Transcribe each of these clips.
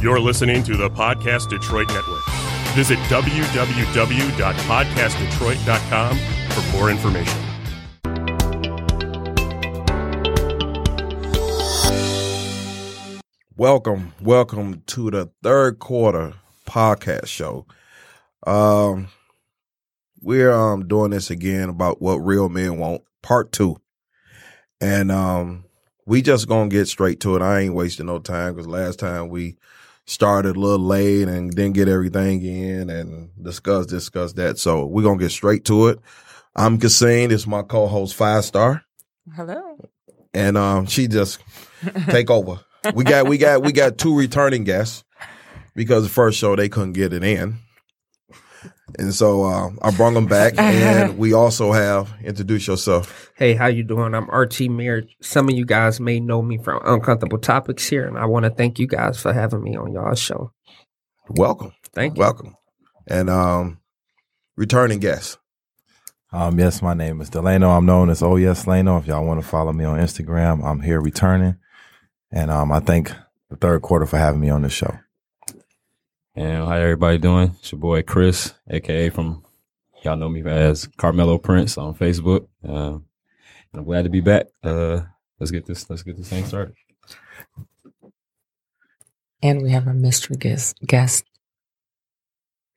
You're listening to the Podcast Detroit Network. Visit www.podcastdetroit.com for more information. Welcome, welcome to the third quarter podcast show. Um, we're um doing this again about what real men want, part two, and um, we just gonna get straight to it. I ain't wasting no time because last time we started a little late and didn't get everything in and discuss discuss that. So we're gonna get straight to it. I'm Cassine. It's my co-host Five Star, Hello. and um, she just take over. We got we got we got two returning guests because the first show they couldn't get it in, and so uh, I brought them back. And we also have introduce yourself. Hey, how you doing? I'm Archie Mayer. Some of you guys may know me from Uncomfortable Topics here, and I want to thank you guys for having me on y'all's show. Welcome, Thank you. welcome, and um, returning guest. Um, yes, my name is Delano. I'm known as Oh Yes Lano. If y'all want to follow me on Instagram, I'm here returning. And um, I thank the third quarter for having me on this show. And how everybody doing? It's your boy Chris, aka from y'all know me as Carmelo Prince on Facebook. Um, and I'm glad to be back. Uh, let's get this. Let's get this thing started. And we have our mystery guest. guest.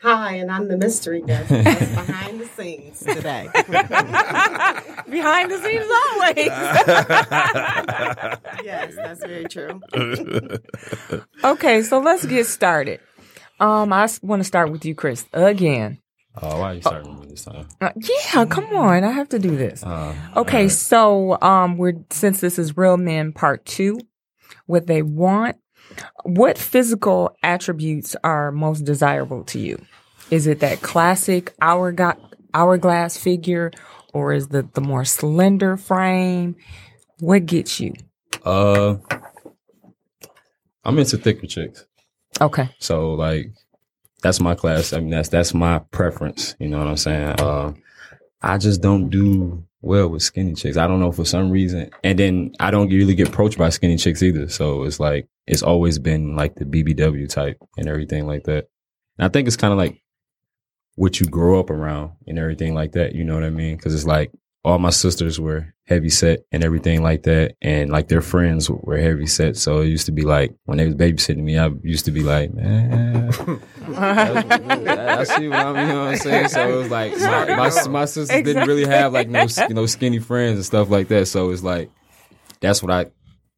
Hi, and I'm the mystery guest that's behind the scenes today. Behind the scenes always. yes, that's very true. okay, so let's get started. Um, I want to start with you, Chris, again. Oh, why are you starting with me this time? Uh, yeah, come on. I have to do this. Uh, Okay, all right. so um, we're since this is Real Men Part Two, what they want, what physical attributes are most desirable to you? Is it that classic hour go- hourglass figure, or is the the more slender frame? What gets you? Uh, I'm into thicker chicks, Okay, so like that's my class. I mean, that's that's my preference. You know what I'm saying? Uh, I just don't do well with skinny chicks. I don't know for some reason. And then I don't really get approached by skinny chicks either. So it's like it's always been like the BBW type and everything like that. And I think it's kind of like what you grow up around and everything like that. You know what I mean? Because it's like all my sisters were heavy set and everything like that, and like their friends were heavy set. So it used to be like when they was babysitting me, I used to be like, man. I see what I'm, you know what I'm saying. So it was like my, my, my sisters didn't really have like no you know skinny friends and stuff like that. So it's like that's what I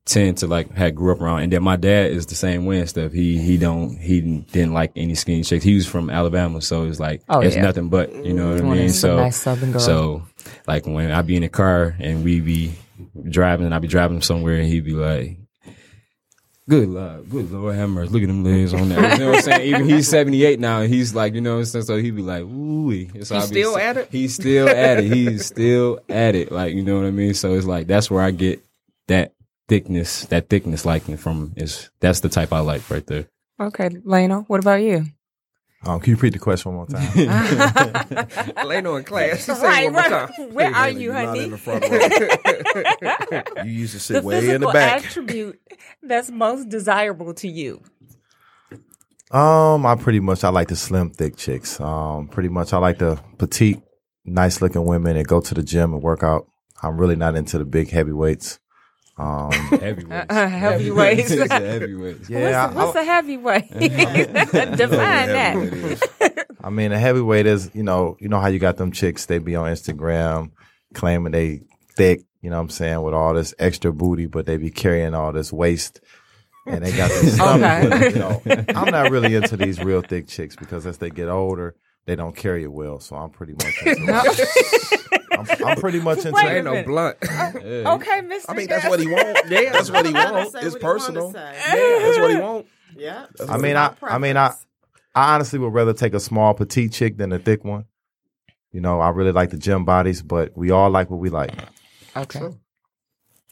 tend to like had grew up around. And then my dad is the same way and stuff. He he don't he didn't like any skinny chicks. He was from Alabama, so it's like Oh, it's yeah. nothing but you know what I You wanna mean. see a So nice Southern girl. so like when I be in the car and we be driving and I be driving somewhere and he be like. Good lord, good lord, have mercy. Look at them legs on that. You know what I'm saying? Even he's 78 now, and he's like, you know what I'm saying? So he be like, ooh. He's still at it? He's still at it. He's still at it. Like, you know what I mean? So it's like, that's where I get that thickness, that thickness liking from is that's the type I like right there. okay, Lena, what about you? Um, can you repeat the question one more time? Leno in class. She said Right, one more right. time. Where are You're you, not honey? in the front row. you used to sit the way physical in the back. attribute that's most desirable to you. Um, I pretty much I like the slim, thick chicks. Um, pretty much I like the petite, nice looking women that go to the gym and work out. I'm really not into the big heavyweights. Um, Heavyweights. Uh, heavyweights. Heavyweights. Heavyweights. yeah, what's, I- what's a heavyweight? Define that. I mean, a heavyweight is you know you know how you got them chicks they be on Instagram claiming they thick, you know what I'm saying, with all this extra booty, but they be carrying all this waste. And they got this stomach. Okay. You know, I'm not really into these real thick chicks because as they get older, they don't carry it well. So I'm pretty much into I'm, I'm pretty much into Wait a Leno minute. Uh, blunt. Okay, Mr. I mean, that's what he wants. Yeah. that's what he I'm gonna wants. say It's what he wanna personal. say. Yeah, that's what he wants. Yeah. I mean, I, I mean, I, I honestly would rather take a small petite chick than a thick one. You know, I really like the gym bodies, but we all like what we like. Okay.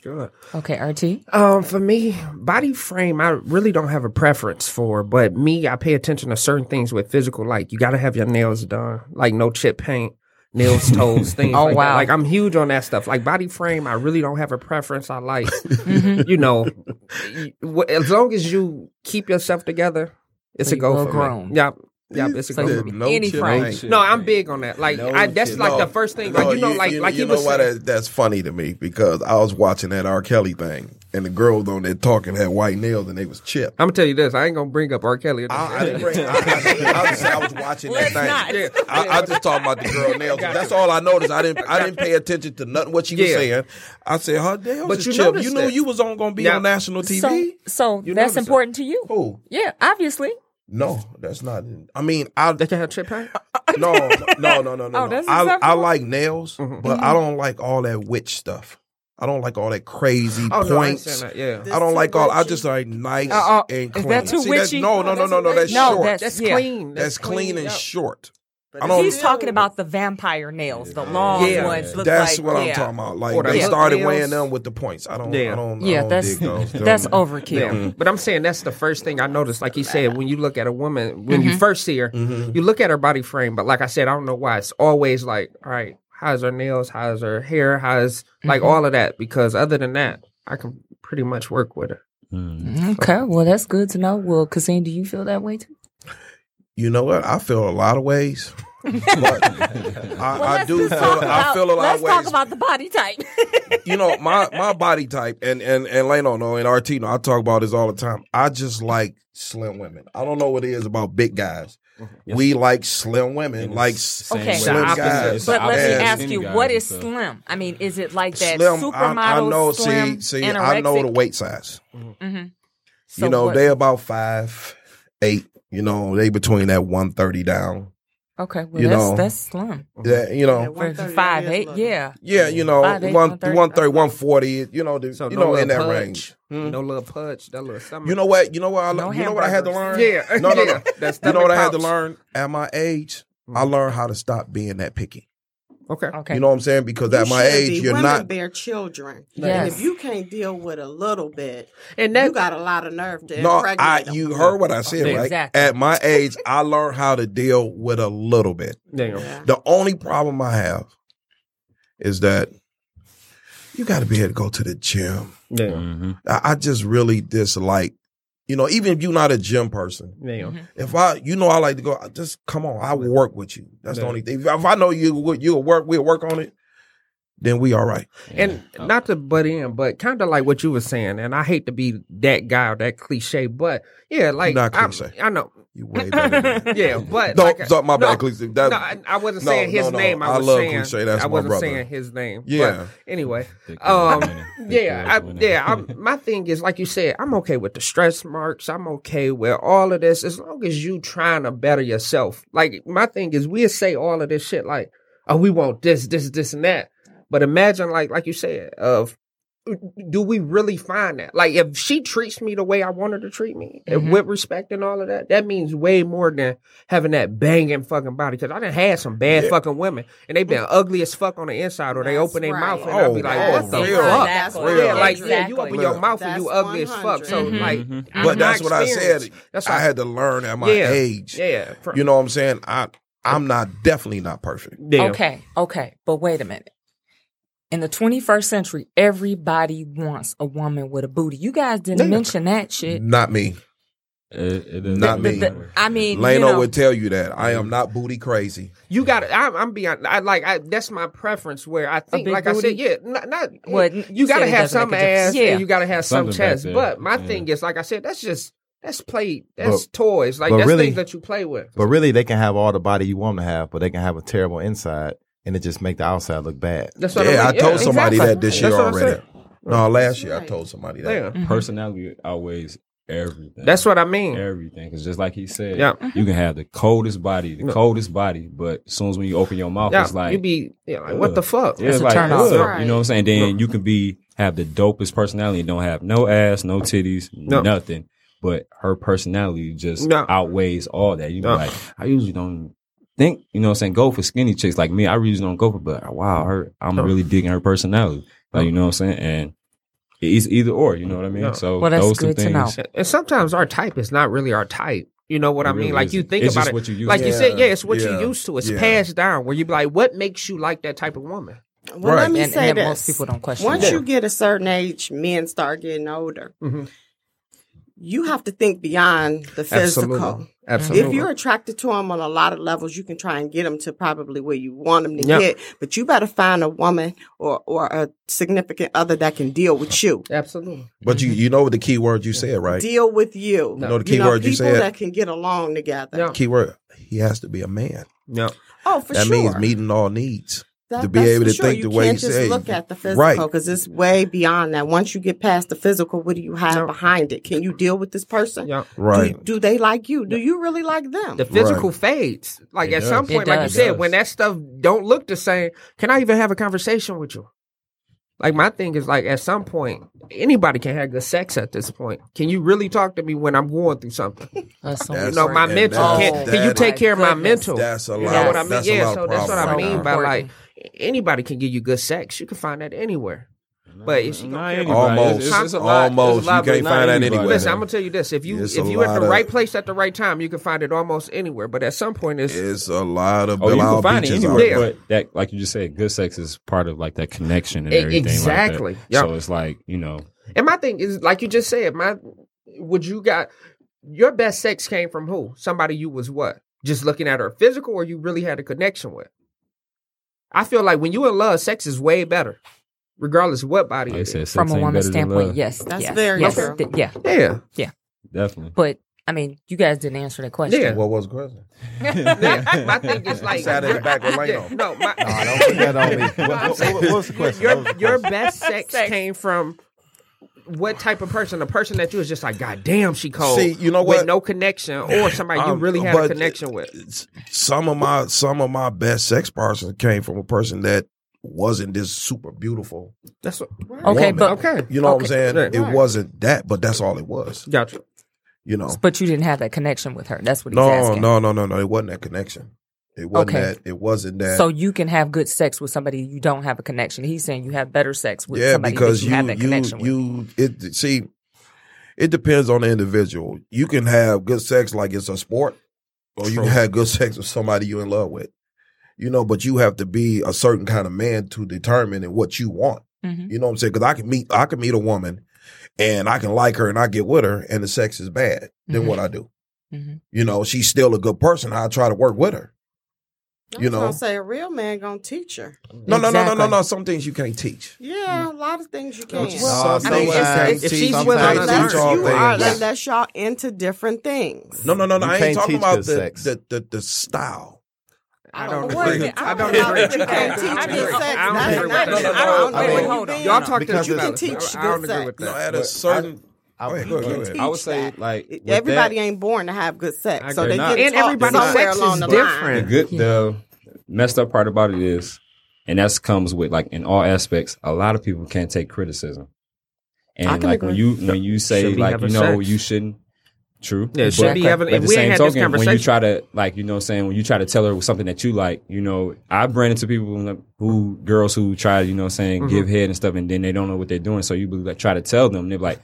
Good. Okay, RT. Um, for me, body frame, I really don't have a preference for, but me, I pay attention to certain things with physical. Like, you got to have your nails done, like no chip paint. nails, toes, things. Oh, like that. wow. Like I'm huge on that stuff. Like body frame, I really don't have a preference. I like, Mm-hmm. you know, you- wh- as long as you keep yourself together, it's So a you go well for grown. me. Yep, yep, it's a So go you- for me. no Any No, I'm big on that. Like No I, that's shit. like No, the first thing. Like you know, like like you he know was why saying. that, that's funny to me because I was watching that R. Kelly thing and the girls on there talking had white nails and they was chipped. I'm gonna tell you this. I ain't gonna bring up R. Kelly. I, I, didn't bring, I, I, I, was, I was watching that Let's thing. not. Yeah. I, I just talked about the girl nails. That's all I noticed. I didn't. I didn't pay attention to nothing what she was Yeah. saying. I said, "Her nails But is you chipped. noticed You knew that. you was on gonna be Yeah. on national TV." So, so You notice that's it. important to you. Who? Yeah, obviously. No, that's not. I mean, I They can have chip hair. no no no no no. Oh, no. that's I I acceptable? Mm-hmm. like nails, but I don't like all that witch stuff. I don't like all that crazy Oh no, I ain't points. saying that. Yeah. I don't too like all. I witchy. just like nice Uh, uh, and is clean. that too See, that's- witchy? No, no, no, no, Oh, no. That's No, short. that's- That's, yeah. clean. clean and Yep. short. But I don't- He's still- talking about the vampire nails, the long Yeah. ones. Look That's like, what I'm yeah. talking about. Like Or the they hook started nails. weighing them with the points. I don't. I Yeah. don't. I Yeah, don't that's dig those. that's Don't- Yeah. overkill. But I'm saying that's the first thing I noticed. Like he said, when you look at a woman, when you first see her, you look at her body frame. But like I said, I don't know why. It's always like, all right, how's her nails? How's her hair? How's like all of that? Because other than that, I can pretty much work with her. Mm. Mm-hmm. Okay, well that's good to know. Well, Cassine, do you feel that way too? You know what? I feel a lot of ways. but I, I do. Feel, I feel a lot Let's of ways. talk about the body type. you know my my body type and and and Leno know and RT know I talk about this all the time. I just like slim women. I don't know what it is about big guys. We like slim women, like s- Okay. It's the slim opposite. guys. It's but And let me opposite. ask Skinny you, guys what and is stuff. slim? I mean, is it like Oh, that slim. supermodel? I, I know. slim, see, see, I know the anorexic? weight size. So you know, what- they about five, eight. You know, they between that one thirty down. Okay, well you that's know, that's slim. Yeah, you At know. 130, Versus five that is eight, low. yeah. Yeah, you know, Five, eight, one 130. one thirty, one forty. You know, the, So you no know, little in that pudge, range. Hmm. no little pudge, that little stomach. You know what? You know what? I, No learned you know what I had to learn. hamburgers. yeah, No, no, no. yeah. That You know stomach what I had to pouch. learn at my age? I learned how to stop being that picky. Okay, Okay. You know what I'm saying? Because at You my should age, be. you're Women not. bear children. And Yes. if you can't deal with a little bit, and that you got a lot of nerve to No, impregnate I. them. You heard what I said, Yeah. right? Exactly. At my age, I learned how to deal with a little bit. there you go. Yeah. The only problem I have is that you got to be able to go to the gym. There you go. Mm-hmm. I, I just really dislike. You know, even if you're not a gym person, There you go. if I, you know, I like to go. I Just come on, I will work with you. That's the Yeah. only thing. If I know you, you'll work. We'll work on it. Then we all right. And not to butt in, but kind of like what you were saying, and I hate to be that guy or that cliche, but yeah, like Not I'm- cliche. I know, You way better. Than that. yeah, but Don't like, uh, stop my no, back, Cleese. That- no, I, I wasn't No, saying his no, no. name. I, I was love saying cliche. That's I my wasn't brother. saying his name. Yeah. But anyway, Dick um, Dick Dick yeah, Dick I, Dick yeah. I'm, my thing is, like you said, I'm okay with the stress marks. I'm okay with all of this as long as you trying to better yourself. Like my thing is, we'll say all of this shit like, oh, we want this, this, this, and that. But imagine, like, like you said, of mm, do we really find that? Like, if she treats me the way I want her to treat me, Mm-hmm. and with respect and all of that, that means way more than having that banging fucking body. Because I done had some bad fucking women, and they been ugly as fuck on the inside, or they That's open their right. mouth, and Oh, I'll be like, oh, what the real. fuck? That's Mm-hmm. what Real. Yeah, like yeah, you Exactly. open your Look. mouth and you That's ugly as fuck. So 100. like, Mhm. out Mm-hmm. But of that's my what I experience, said. That's I why- had to learn at my Yeah. age. Yeah, fr- You know what I'm saying? I I'm not definitely not perfect. yeah. Okay, okay, but wait a minute. In the 21st century, everybody wants a woman with a booty. You guys didn't mention that shit. Not me. It- it is- Not The- me. the- I mean, Lano you know, would tell you that I am not booty crazy. You got. I'm, I'm beyond. I like. I, that's my preference. Where I think, big like I booty? said, yeah, not. not Well, you, you got to said it have doesn't some make a difference. ass, Yeah. and you got to have some Something back chest. there. But my Yeah. thing is, like I said, that's just that's play. That's toys. Like but that's really- things that you play with. But really, they can have all the body you want them to have, but they can have a terrible inside, and it just make the outside look bad. That's what Yeah, I I, mean. told somebody exactly. that this year That's what I'm already. saying. No, last year I Right. told somebody that. Yeah. Mm-hmm. Personality outweighs everything. That's what I mean. everything. Because just like he said, Yeah. you can have the coldest body, the Yeah. coldest body, but as soon as when you open your mouth, Yeah, it's like you be yeah, like, what the Ugh. fuck? Yeah, it's a like, turn off. ugh, Right. You know what I'm saying? Then you can be have the dopest personality and don't have no ass, no titties, No. nothing. But her personality just No. outweighs all that. You be No. like, I usually don't think, you know what I'm saying, go for skinny chicks like me. I usually don't go for but uh, wow, her I'm No. really digging her personality. Like you know what I'm saying? And it's either or, you know what I mean? No. So Well, that's those two good to things. know. And sometimes our type is not really our type. You know what It I mean? really like you isn't. think It's about just it. what you used like to. you said, yeah, it's what Yeah. you used to. It's Yeah. passed down where you be like, what makes you like that type of woman? Well, Right. let me And, say and this. most people don't question Once that. you get a certain age, men start getting older. Mhm. You have to think beyond the physical. Absolutely. If you're attracted to them on a lot of levels, you can try and get them to probably where you want them to Yep. get. But you better find a woman or, or a significant other that can deal with you. Absolutely. But you you know what the key word you said, right? Deal with you. You know the key You know, word you people said. that can get along together. Yeah. key word. He has to be a man. No. Oh, for that sure. means meeting all needs. That- to be that's able for to think you the way can't you just say. look at the Right. physical because it's way beyond that. Once you get past the physical, what do you have No. behind it? Can you deal with this person? Yeah. Right. Do, do they like you? Do you really like them? The physical fades. Like It at some does. point, It like you does. said, It when that stuff don't look the same, can I even have a conversation with you? Like my thing is like at some point, anybody can have good sex at this point. Can you really talk to me when I'm going through something? That's Uh, so That's- You know, my and mental. that's- Can, can you that take is- care of my Goodness. mental? That's a lot. You know what I mean? That's a yeah, lot so that's what I problem. mean by Important. like anybody can give you good sex. You can find that anywhere. But if she gonna care Not about- anybody. Almost. It's- it's a lot. It's a Almost. lot, You but can't not find that anybody. anywhere. Listen, I'm gonna tell you this: if you It's a if you're at lot the of- right place at the right time, you can find it almost anywhere. But at some point, it's e, It's a lot of Oh, you Bilal can find it beaches out there. anywhere, but that, like you just said, good sex is part of like that connection and E- everything. like that. exactly. Yeah. So it's like you know, and my thing is like you just said. My would you got your best sex came from who? Somebody you was what? Just looking at her physical, or you really had a connection with? I feel like when you in love, sex is way better, regardless of what body like I it is. said, From sex a ain't woman's better than standpoint, love. yes. That's yes, very yes, true. th- yeah. Yeah, definitely. But I mean, you guys didn't answer that question. Yeah. What was the question? Yeah. my thing is like Sat in the back with Yeah, Leno. No, my, Nah, don't put that on me. What, I'm what, saying- what- what's the question? What was your the your question? best sex, Sex. came from what type of person? A person that you was just like, God damn, she cold. See, you know With what? no connection, or somebody you Um, really had a but- connection with. Some of my some of my best sex partners came from a person that wasn't this super beautiful. That's what, Okay, woman. but okay. You know what I'm Okay. saying? Right. It wasn't that, but that's all it was. Gotcha. You know. But you didn't have that connection with her. That's what he's Oh. No, asking. no, no, no, no. It wasn't that connection. It wasn't Okay. that. It wasn't that. So you can have good sex with somebody you don't have a connection. He's saying you have better sex with yeah, somebody because that you, you have that connection with. you, you it see, it depends on the individual. You can have good sex like it's a sport, or you can have good sex with somebody you're in love with. You know, but you have to be a certain kind of man to determine what you want. Mhm. You know what I'm saying? Because I can meet I can meet a woman, and I can like her, and I get with her, and the sex is bad. Then Mhm. what I do? Mhm. You know, she's still a good person. I try to work with her. I you was know. gonna say a real man gonna teach her. No, no, no, no, Exactly. no, no. Some things you can't teach. Yeah, a lot of things you Well, can. Well, Some I mean, things it's- you can't if she's teach. willing Some to things learn, unless teach all you are, things. unless y'all into different things. No, no, no, no. You I can't ain't talking teach about good the, sex. the, the the style. I don't don't know what agree. it- I don't I don't agree. know. You can't teach I don't good agree. sex. I don't That's agree not- with that. I don't Wait, agree. wait, Hold on. Y'all talk to Because you you can about it. teach I don't good agree with sex. You know, that. at a But I- certain. I Go ahead, would- go ahead, go You ahead. I would teach say, that. E, like, with everybody that- ain't born to have good I sex, so agree. they Not- get And taught everybody's somewhere sex along is the The different. line. good, the messed up part about it is, and that's comes with like in all aspects. A lot of people can't take criticism, and I can like when agree. you when you say Should be like you having know sex. you shouldn't. True. Yeah, but- should be having. But at If the we ain't had same this token, when you conversation, try to like, you know what I'm saying, when you try to tell her something that you like, you know, I've ran into people who girls who try, you know what I'm saying, Mm-hmm. give head and stuff and then they don't know what they're doing. So you be like try to tell them, they're like,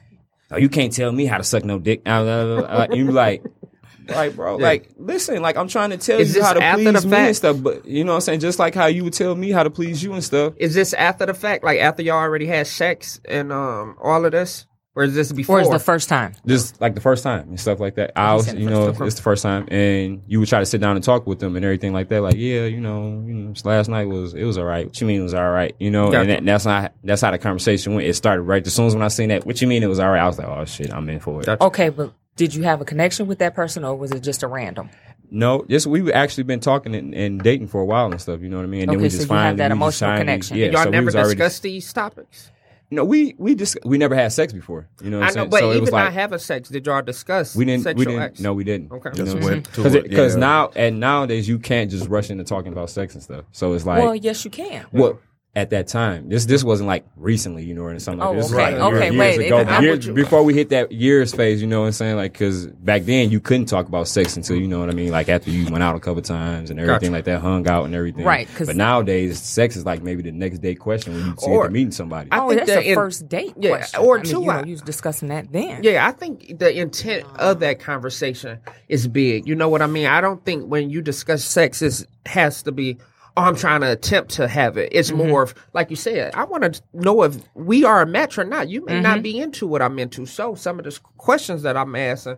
Oh, you can't tell me how to suck no dick. Ah, blah, blah, blah. And you be like like bro, like listen, like I'm trying to tell Is you this how to after please the me fact? and stuff, but you know what I'm saying? Just like how you would tell me how to please you and stuff. is this after the fact? Like after y'all already had sex and um all of this, or is this before? Or is the first time? just like the first time and stuff like that. I was, said the you first know, time. it's the first time, and you would try to sit down and talk with them and everything like that. Like, yeah, you know, you know, last night was it was all right. What you mean it was all right? You know, Gotcha. and that, that's not that's how the conversation went. It started right as soon as when I seen that. What you mean it was all right? I was like, oh shit, I'm in for it. Gotcha. Okay, but did you have a connection with that person or was it just a random? No, just we've actually been talking and, and dating for a while and stuff. You know what I mean? And then Okay, we so just you have finally- that we just emotional finally- connection. Yeah, y'all so we never was already- discussed these topics. No, we we just we never had sex before. You know, what I I'm know, saying? but so it even was like not having sex, did y'all discuss we didn't sexual we didn't acts? no we didn't. Okay. You know Just what I'm went to Because it, because yeah. now and nowadays you can't just rush into talking about sex and stuff. So it's like well, well, yes, you can. at that time. This this wasn't like recently, you know, or something like Oh, this. okay. Like, Okay, years, wait, ago, it- I'm years- with you. before we hit that years phase, you know what I'm saying? Like, because back then you couldn't talk about sex until you know what I mean. Like after you went out a couple times and everything Gotcha. like that, hung out and everything. Right, 'cause- But nowadays, sex is like maybe the next day question when you see Or- if meeting somebody. I oh, think that's that the in- first date Yeah, question. or I mean, two, You, know, I- you was discussing that then. Yeah, I think the intent of that conversation is big. You know what I mean? I don't think when you discuss sex, it has to be, oh, I'm trying to attempt to have it. It's more of, like you said, I want to know if we are a match or not. You may not be into what I'm into. So some of the s- questions that I'm asking,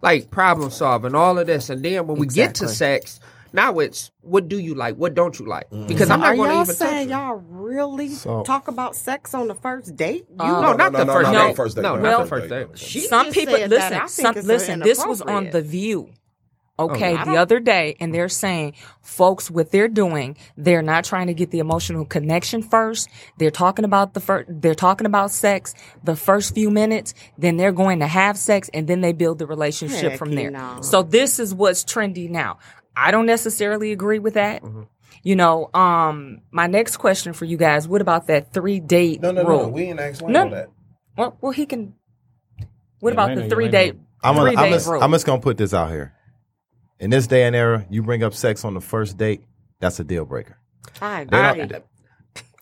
like problem solving, all of this. And then when we get to Exactly. sex, now it's what do you like? What don't you like? Because I'm not Are going to y'all even touch saying you. y'all really So- talk about sex on the first date? You Uh, No, not the first no, date. first date. No, not Well- not the first date. Oh, She some just people said that. I listen. think Some, it's listen. This was on inappropriate. Oh, the View. Okay, the I don't- other day, and they're saying, folks, what they're doing, they're not trying to get the emotional connection first. They're talking about the first, they're talking about sex the first few minutes, then they're going to have sex, and then they build the relationship Heck from there. no. So this is what's trendy now. I don't necessarily agree with that. Mm-hmm. You know, um, my next question for you guys: What about that three date No, no, rule? no. We ain't asked No. no. that. Well, well, he can. What Yeah, about Elena, the you three ain't date? I'm three gonna, I'm, date just, rule? I'm just gonna put this out here. In this day and era, you bring up sex on the first date, that's a deal breaker. I agree. I- I,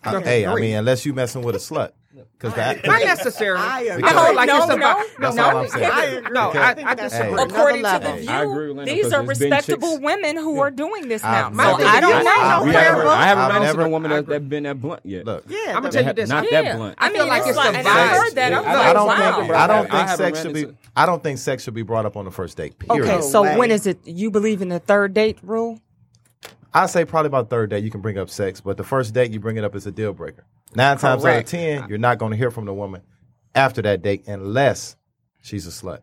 I- Number hey, I three. mean, unless you messing with a slut, because Not necessarily. I agree. I don't like No, it's about- no, That's no, all I'm saying. I- agree. No, Okay. I, I that's disagree. Hey. According to Another the level. view, I agree with Lena, these 'cause are there's been respectable chicks- women who are doing this I've now. My so thing I is- don't I- know. we we have- haven't, I haven't I've honestly never- known woman that, that been that blunt yet. look, yeah, I'm gonna the- tell you That- this. not I- that blunt. I I feel mean, like it's it's like, the and I vibes. heard that. I'm I- like, I don't wow. think I don't I think haven't sex ran should be into- I don't think sex should be brought up on the first date. Period. Okay, No so way. when is it? You believe in the third date rule? I say probably about third date you can bring up sex, but the first date you bring it up is a deal breaker. Nine times out of Correct. ten, you're not going to hear from the woman after that date unless she's a slut.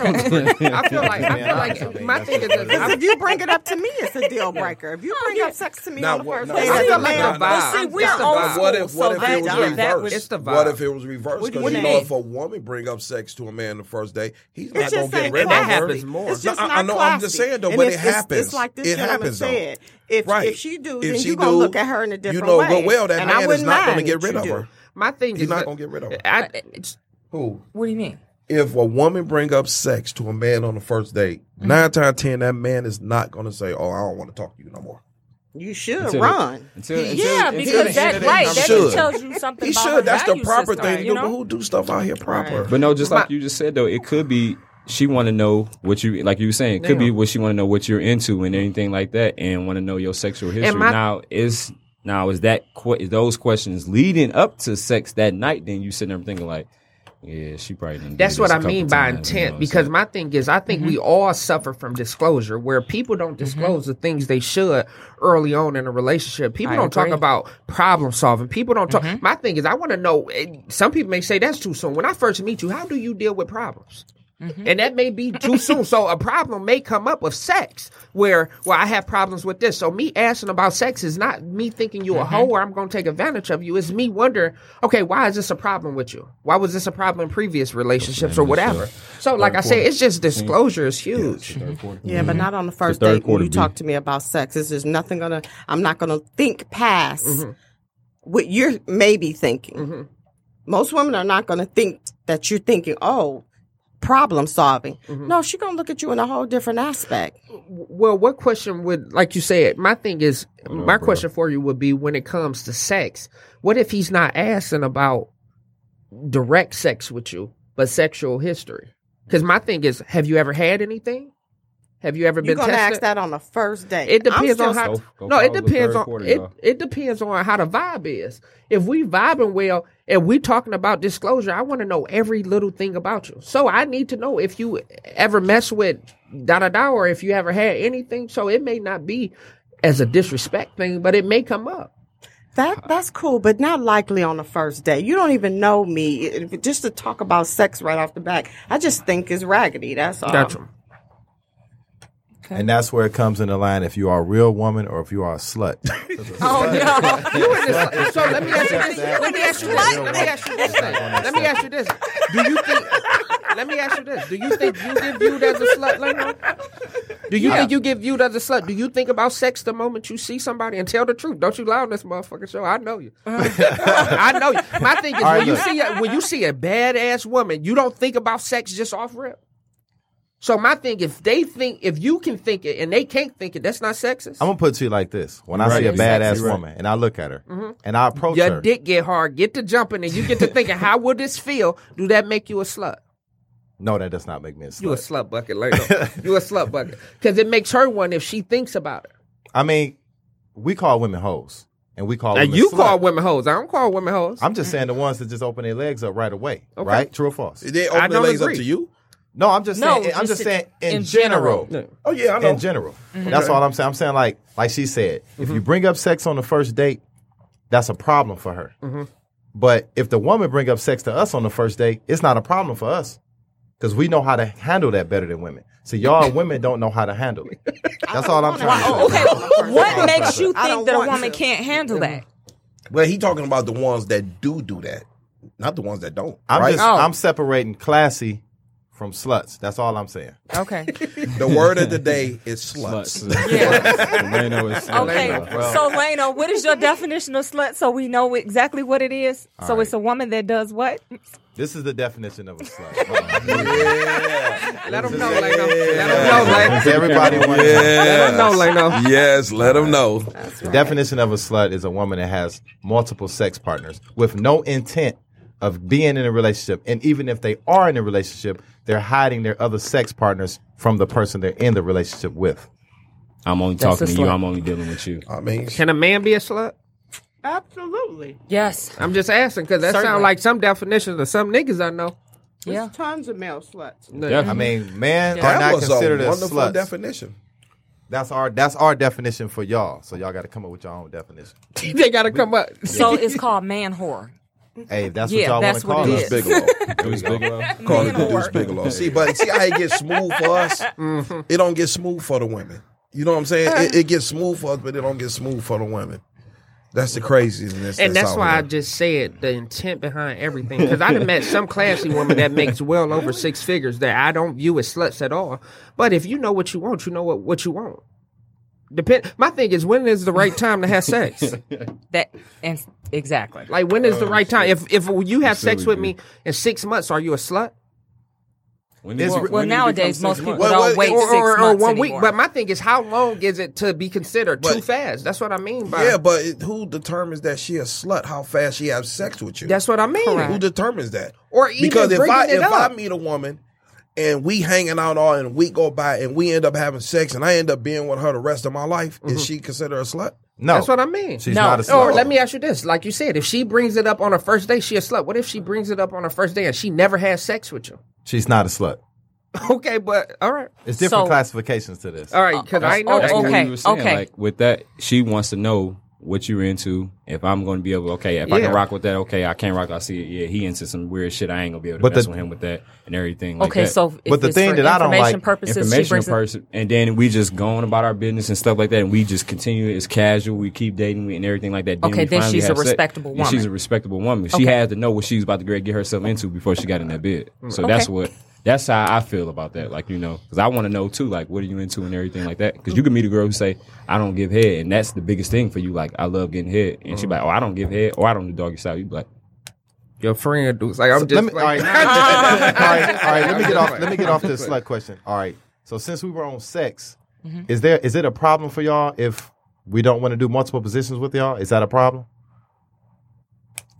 I feel like I Yeah, feel I like mean, my that's thing is what that it is. I'm- if you bring it up to me, it's a deal breaker. If you bring up sex to me Now on the what- first no, date, no, as no, no, a man, no, no. that's a See, deal we're breaker. old But what if what So if it that- was that- that reversed? was- It's the What vibe. if it was reversed? What do you Because you mean? know, if a woman bring up sex to a man the first day, he's not It gonna just get ain't rid of her. That classy. happens more. It's just No, I- not I know, I'm just classy. saying, though, And but it's- it it's- happens. It's like this It gentleman happens, though. said. If, Right. if she do, If then she you gonna do, look at her in a you different know way. good well that and man I is wouldn't not gonna mind get that rid you of do. her. my thing He's is not that- gonna get rid of her. I, Who? What do you mean? If a woman bring up sex to a man on the first date, Mm-hmm. nine times out of ten, that man is not gonna say, "Oh, I don't want to talk to you no more." You should Until- run. Until, until, Yeah, until because the end that of that right, that should. conversation. just tells you something. He about her should. That's the value proper system, thing to you do. know? But who do stuff out here proper? But no, just My- like you just said though, it could be she want to know what you like you were saying. It could be what she want to know what you're into and anything like that, and want to know your sexual history. my- now is now is that que- is those questions leading up to sex that night? Then you sitting there thinking like, yeah, she probably didn't. do that's this what a I couple mean by times, you know intent. what I'm because saying? my thing is, I think we all suffer from disclosure, where people don't disclose the things they should early on in a relationship. People I don't talk agree. about problem solving. People don't talk. My thing is, I want to know. eh, Some people may say that's too soon. When I first meet you, how do you deal with problems? Mm-hmm. And that may be too soon. So a problem may come up with sex, where well I have problems with this. So me asking about sex is not me thinking you a hoe or I'm going to take advantage of you. It's me wondering, okay, why is this a problem with you? Why was this a problem in previous relationships or whatever? So like I said, it's just disclosure is huge. Yeah, Mm-hmm. but not on the first third date. When quarter you B. talk to me about sex, it's just nothing gonna. I'm not gonna think past Mm-hmm. what you're maybe thinking. Most women are not gonna think that you're thinking. Oh, problem solving. Mm-hmm. No, she's gonna look at you in a whole different aspect. Well, what question would like you said? My thing is, my question for you would be when it comes to sex. What if he's not asking about direct sex with you, but sexual history? Because my thing is, have you ever had anything? Have you ever been You're gonna tested? ask that on the first date. It I'm depends still on how. Go- go no, it follow the depends third on quarter, it. y'all. It depends on how the vibe is. If we vibing well and we talking about disclosure, I want to know every little thing about you. So I need to know if you ever mess with da da da, or if you ever had anything. So it may not be as a disrespect thing, but it may come up. That that's cool, but not likely on the first day. You don't even know me. If- Just to talk about sex right off the bat, I just think is raggedy. That's all. Um, And that's where it comes in the line if you are a real woman or if you are a slut. Oh no! You in this- so let me ask you this. Let me ask you this. Let me ask you this. Thing. Let me ask you this. Do you think? Let me ask you this. Do you think you get viewed as a slut, Leno? Do you I- think you get viewed as a slut? Do you think about sex the moment you see somebody and tell the truth? Don't you lie on this motherfucking show. I know you. I know you. My thing is Uh-huh. All right, when you look. see a, when you see a badass woman, you don't think about sex just off rip. So my thing, if they think, if you can think it and they can't think it, that's not sexist. I'm gonna put it to you like this: when I see a Right. badass You're right. woman and I look at her and I approach Mm-hmm. Your her, dick get hard, get to jumping, and you get to thinking, how would this feel? Do that make you a slut? no, that does not make me a You a slut. slut bucket, later. you a slut bucket because it makes her one if she thinks about it. I mean, we call women hoes, and we call Now women you Oh, slut. call women hoes. I don't call women hoes. I'm just saying the ones that just open their legs up right away, Okay. right? True or false? They I open their don't legs up agree. to you. No, I'm just No, saying. I'm just just in- saying in, in general. Oh yeah, I know. In general, that's all I'm saying. I'm saying like like she said, if you bring up sex on the first date, that's a problem for her. But if the woman bring up sex to us on the first date, it's not a problem for us because we know how to handle that better than women. So y'all women don't know how to handle it. That's all I'm trying to say. Okay, what makes you I don't think that a want woman to. can't handle that? Well, he talking about the ones that do do that, not the ones that don't. I'm right? just I'm separating classy from sluts. That's all I'm saying. Okay. the word of the day is sluts. Leno is slut. Okay. Well, So, Lano, what is your definition of slut so we know exactly what it is? so, it's a woman that does what? This is the definition of a slut. Let them know, Leno. Let them know, Leno. Everybody wants Let them know, Leno. Yes, let them know. The definition of a slut is a woman that has multiple sex partners with no intent of being in a relationship. And even if they are in a relationship, they're hiding their other sex partners from the person they're in the relationship with. I'm only That's talking a to you. slut. I'm only dealing with you. I mean, Can a man be a slut? Absolutely. Yes. I'm just asking because that sounds Certainly. like some definitions of some niggas I know. There's Yeah. tons of male sluts. I mean, men are that not was a considered a wonderful slut. definition. that's our that's our definition for y'all. So y'all got to come up with your own definition. they gotta come up. So, it's called man whore. Hey, if that's Yeah, what y'all want that's to what call it us. is. Bigelow. Deuce Bigelow. Call it the Man Deuce whore. Bigelow. See, but see how it gets smooth for us. Mm-hmm. It don't get smooth for the women. You know what I'm saying? It, it gets smooth for us, but it don't get smooth for the women. That's the craziness. and that's out why I there. just said the intent behind everything. Because I done met some classy woman that makes well over six figures that I don't view as sluts at all. But if you know what you want, you know what, what you want. Depend. My thing is, when is the right time to have sex? That and exactly. Like when is the right time? If if you have sex with me in six months, are you a slut? When did It's- you- well, when did you nowadays, become most six people months? don't Well, well, wait or, six or, or months one anymore. week. But my thing is, how long is it to be considered too But- fast? That's what I mean by Yeah, but it- who determines that she a slut? How fast she have sex with you? That's what I mean. who determines that? Or even because if bringing I it if up. I meet a woman and we hanging out all and we go by and we end up having sex and I end up being with her the rest of my life, Mm-hmm. is she considered a slut? No, That's what I mean. She's No. not a slut. Or let me ask you this: like you said, if she brings it up on her first day, she a slut. What if she brings it up on her first day and she never has sex with you? She's not a slut. Okay, but all right, Uh, It's different So- classifications to this. all right, because I ain't know Oh, that. That's what okay, we were saying. okay. Like with that, she wants to know what you're into. If I'm going to be able, okay, if I Yeah. can rock with that, okay, I can't rock. I see it. Yeah, he into some weird shit. I ain't gonna be able to But mess the- with him with that and everything. Like okay, that. so if But the it's thing for that I don't information like- purposes, she informational brings it- person, and then we just go on about our business and stuff like that, and we just continue. It's casual. We keep dating and everything like that. Okay, we then finally she's a have sex. respectable Yeah, she's woman. a respectable woman. She had to know what she was about to get get herself into before she got in that bed. So that's Okay. what. That's how I feel about that. Like you know, because I want to know too. Like, what are you into and everything like that? Because you can meet a girl who say, "I don't give head," and that's the biggest thing for you. Like, I love getting head, and she be like, "Oh, I don't give head," or "I don't do doggy style." You be like, Your friend, dudes, like I'm So just. let me, like, all right, all right, all right. Let me get off. Let me get off this slut question. All right. So since we were on sex, is there is it a problem for y'all if we don't want to do multiple positions with y'all? Is that a problem?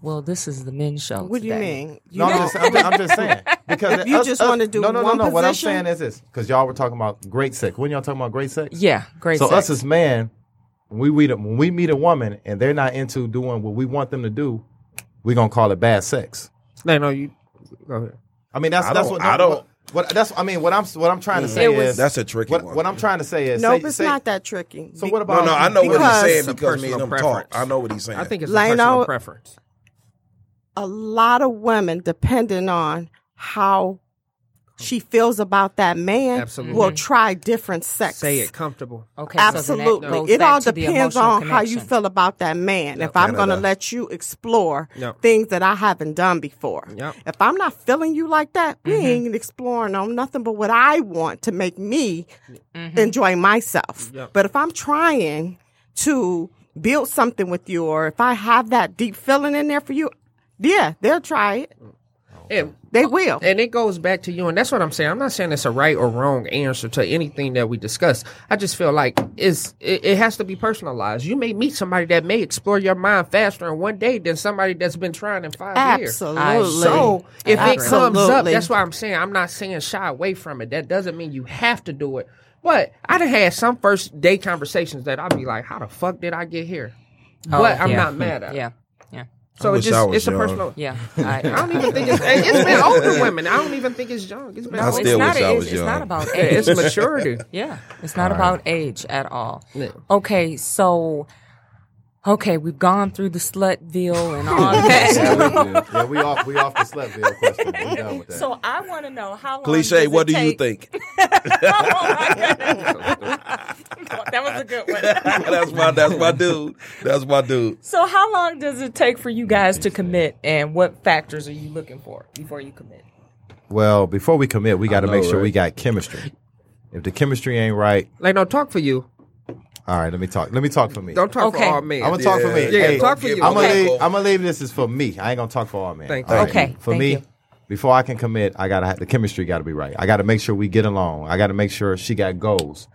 Well, this is the men's show. What do you today. mean? You No, I'm don't- just, I'm, just- I'm just saying because You us- just us- wanna do no, no, one no, no. What I'm position? saying is this because y'all were talking about great sex. When y'all talking about great sex? Yeah, great. so sex. us as man, when we meet a, when we meet a woman and they're not into doing what we want them to do, we're gonna call it bad sex. no, no, you. Go ahead. I Mm. mean, that's I that's don't- what I don't- What, what- that's I mean, what I'm what I'm trying to say was- is That's a tricky what, one. What I'm trying to say is no, say- but it's say- not that tricky. So Be- what about No, no, I know what he's Because- saying It's a because me and him personal talk. preference. I know what he's saying. I think it's a Leno- personal preference. a lot of women, depending on how she feels about that man Absolutely. will try different sex. Say it comfortable. Okay, so then that Absolutely. goes it back all to the depends emotional on how you connection. feel about that man. If I'm going to let you explore Yep. things that I haven't done before. Yep. If I'm not feeling you like that, we Mm-hmm. ain't exploring on nothing but what I want to make me Mm-hmm. enjoy myself. Yep. But if I'm trying to build something with you or if I have that deep feeling in there for you, yeah, they'll try it. And Oh, They will. and it goes back to you, and that's what I'm saying. I'm not saying it's a right or wrong answer to anything that we discuss. I just feel like it's it, it has to be personalized. You may meet somebody that may explore your mind faster in one day than somebody that's been trying in five years. Absolutely. So if it comes up, Absolutely. that's why I'm saying I'm not saying shy away from it. That doesn't mean you have to do it. But I done had some first day conversations that I'd be like, "How the fuck did I get here?" but I'm Oh, yeah. not mad at. it. Yeah, yeah, So I it wish I just was it's a young. personal. yeah. I don't even think it's, it's been older women. I don't even think it's young. It's been I older. still it's not wish I age. was it's young. not about Yeah, age. it's maturity. Yeah, it's not about age at all. Yeah. Okay, so okay, we've gone through the slutville and all that. yeah, we off we off the slap bill question. We done with that. so I want to know how long. does Cliche, it what do you take- think? Oh my goodness. that was a good one. that's my that's my dude. That's my dude. So, how long does it take for you guys to commit, and what factors are you looking for before you commit? well, before we commit, we got to know, make sure right? we got chemistry. If the chemistry ain't right, Like, no, talk for you. all right. Let me talk. Let me talk for me. Don't talk Okay. for all men. I'm gonna talk for me. Yeah, talk for you. I'm gonna Okay. leave. I'm gonna leave. This is for me. I ain't gonna talk for all men. Thank All you. Okay, For thank me, you. before I can commit, I gotta have the chemistry. Got to be right. I gotta make sure we get along. I gotta make sure she got goals.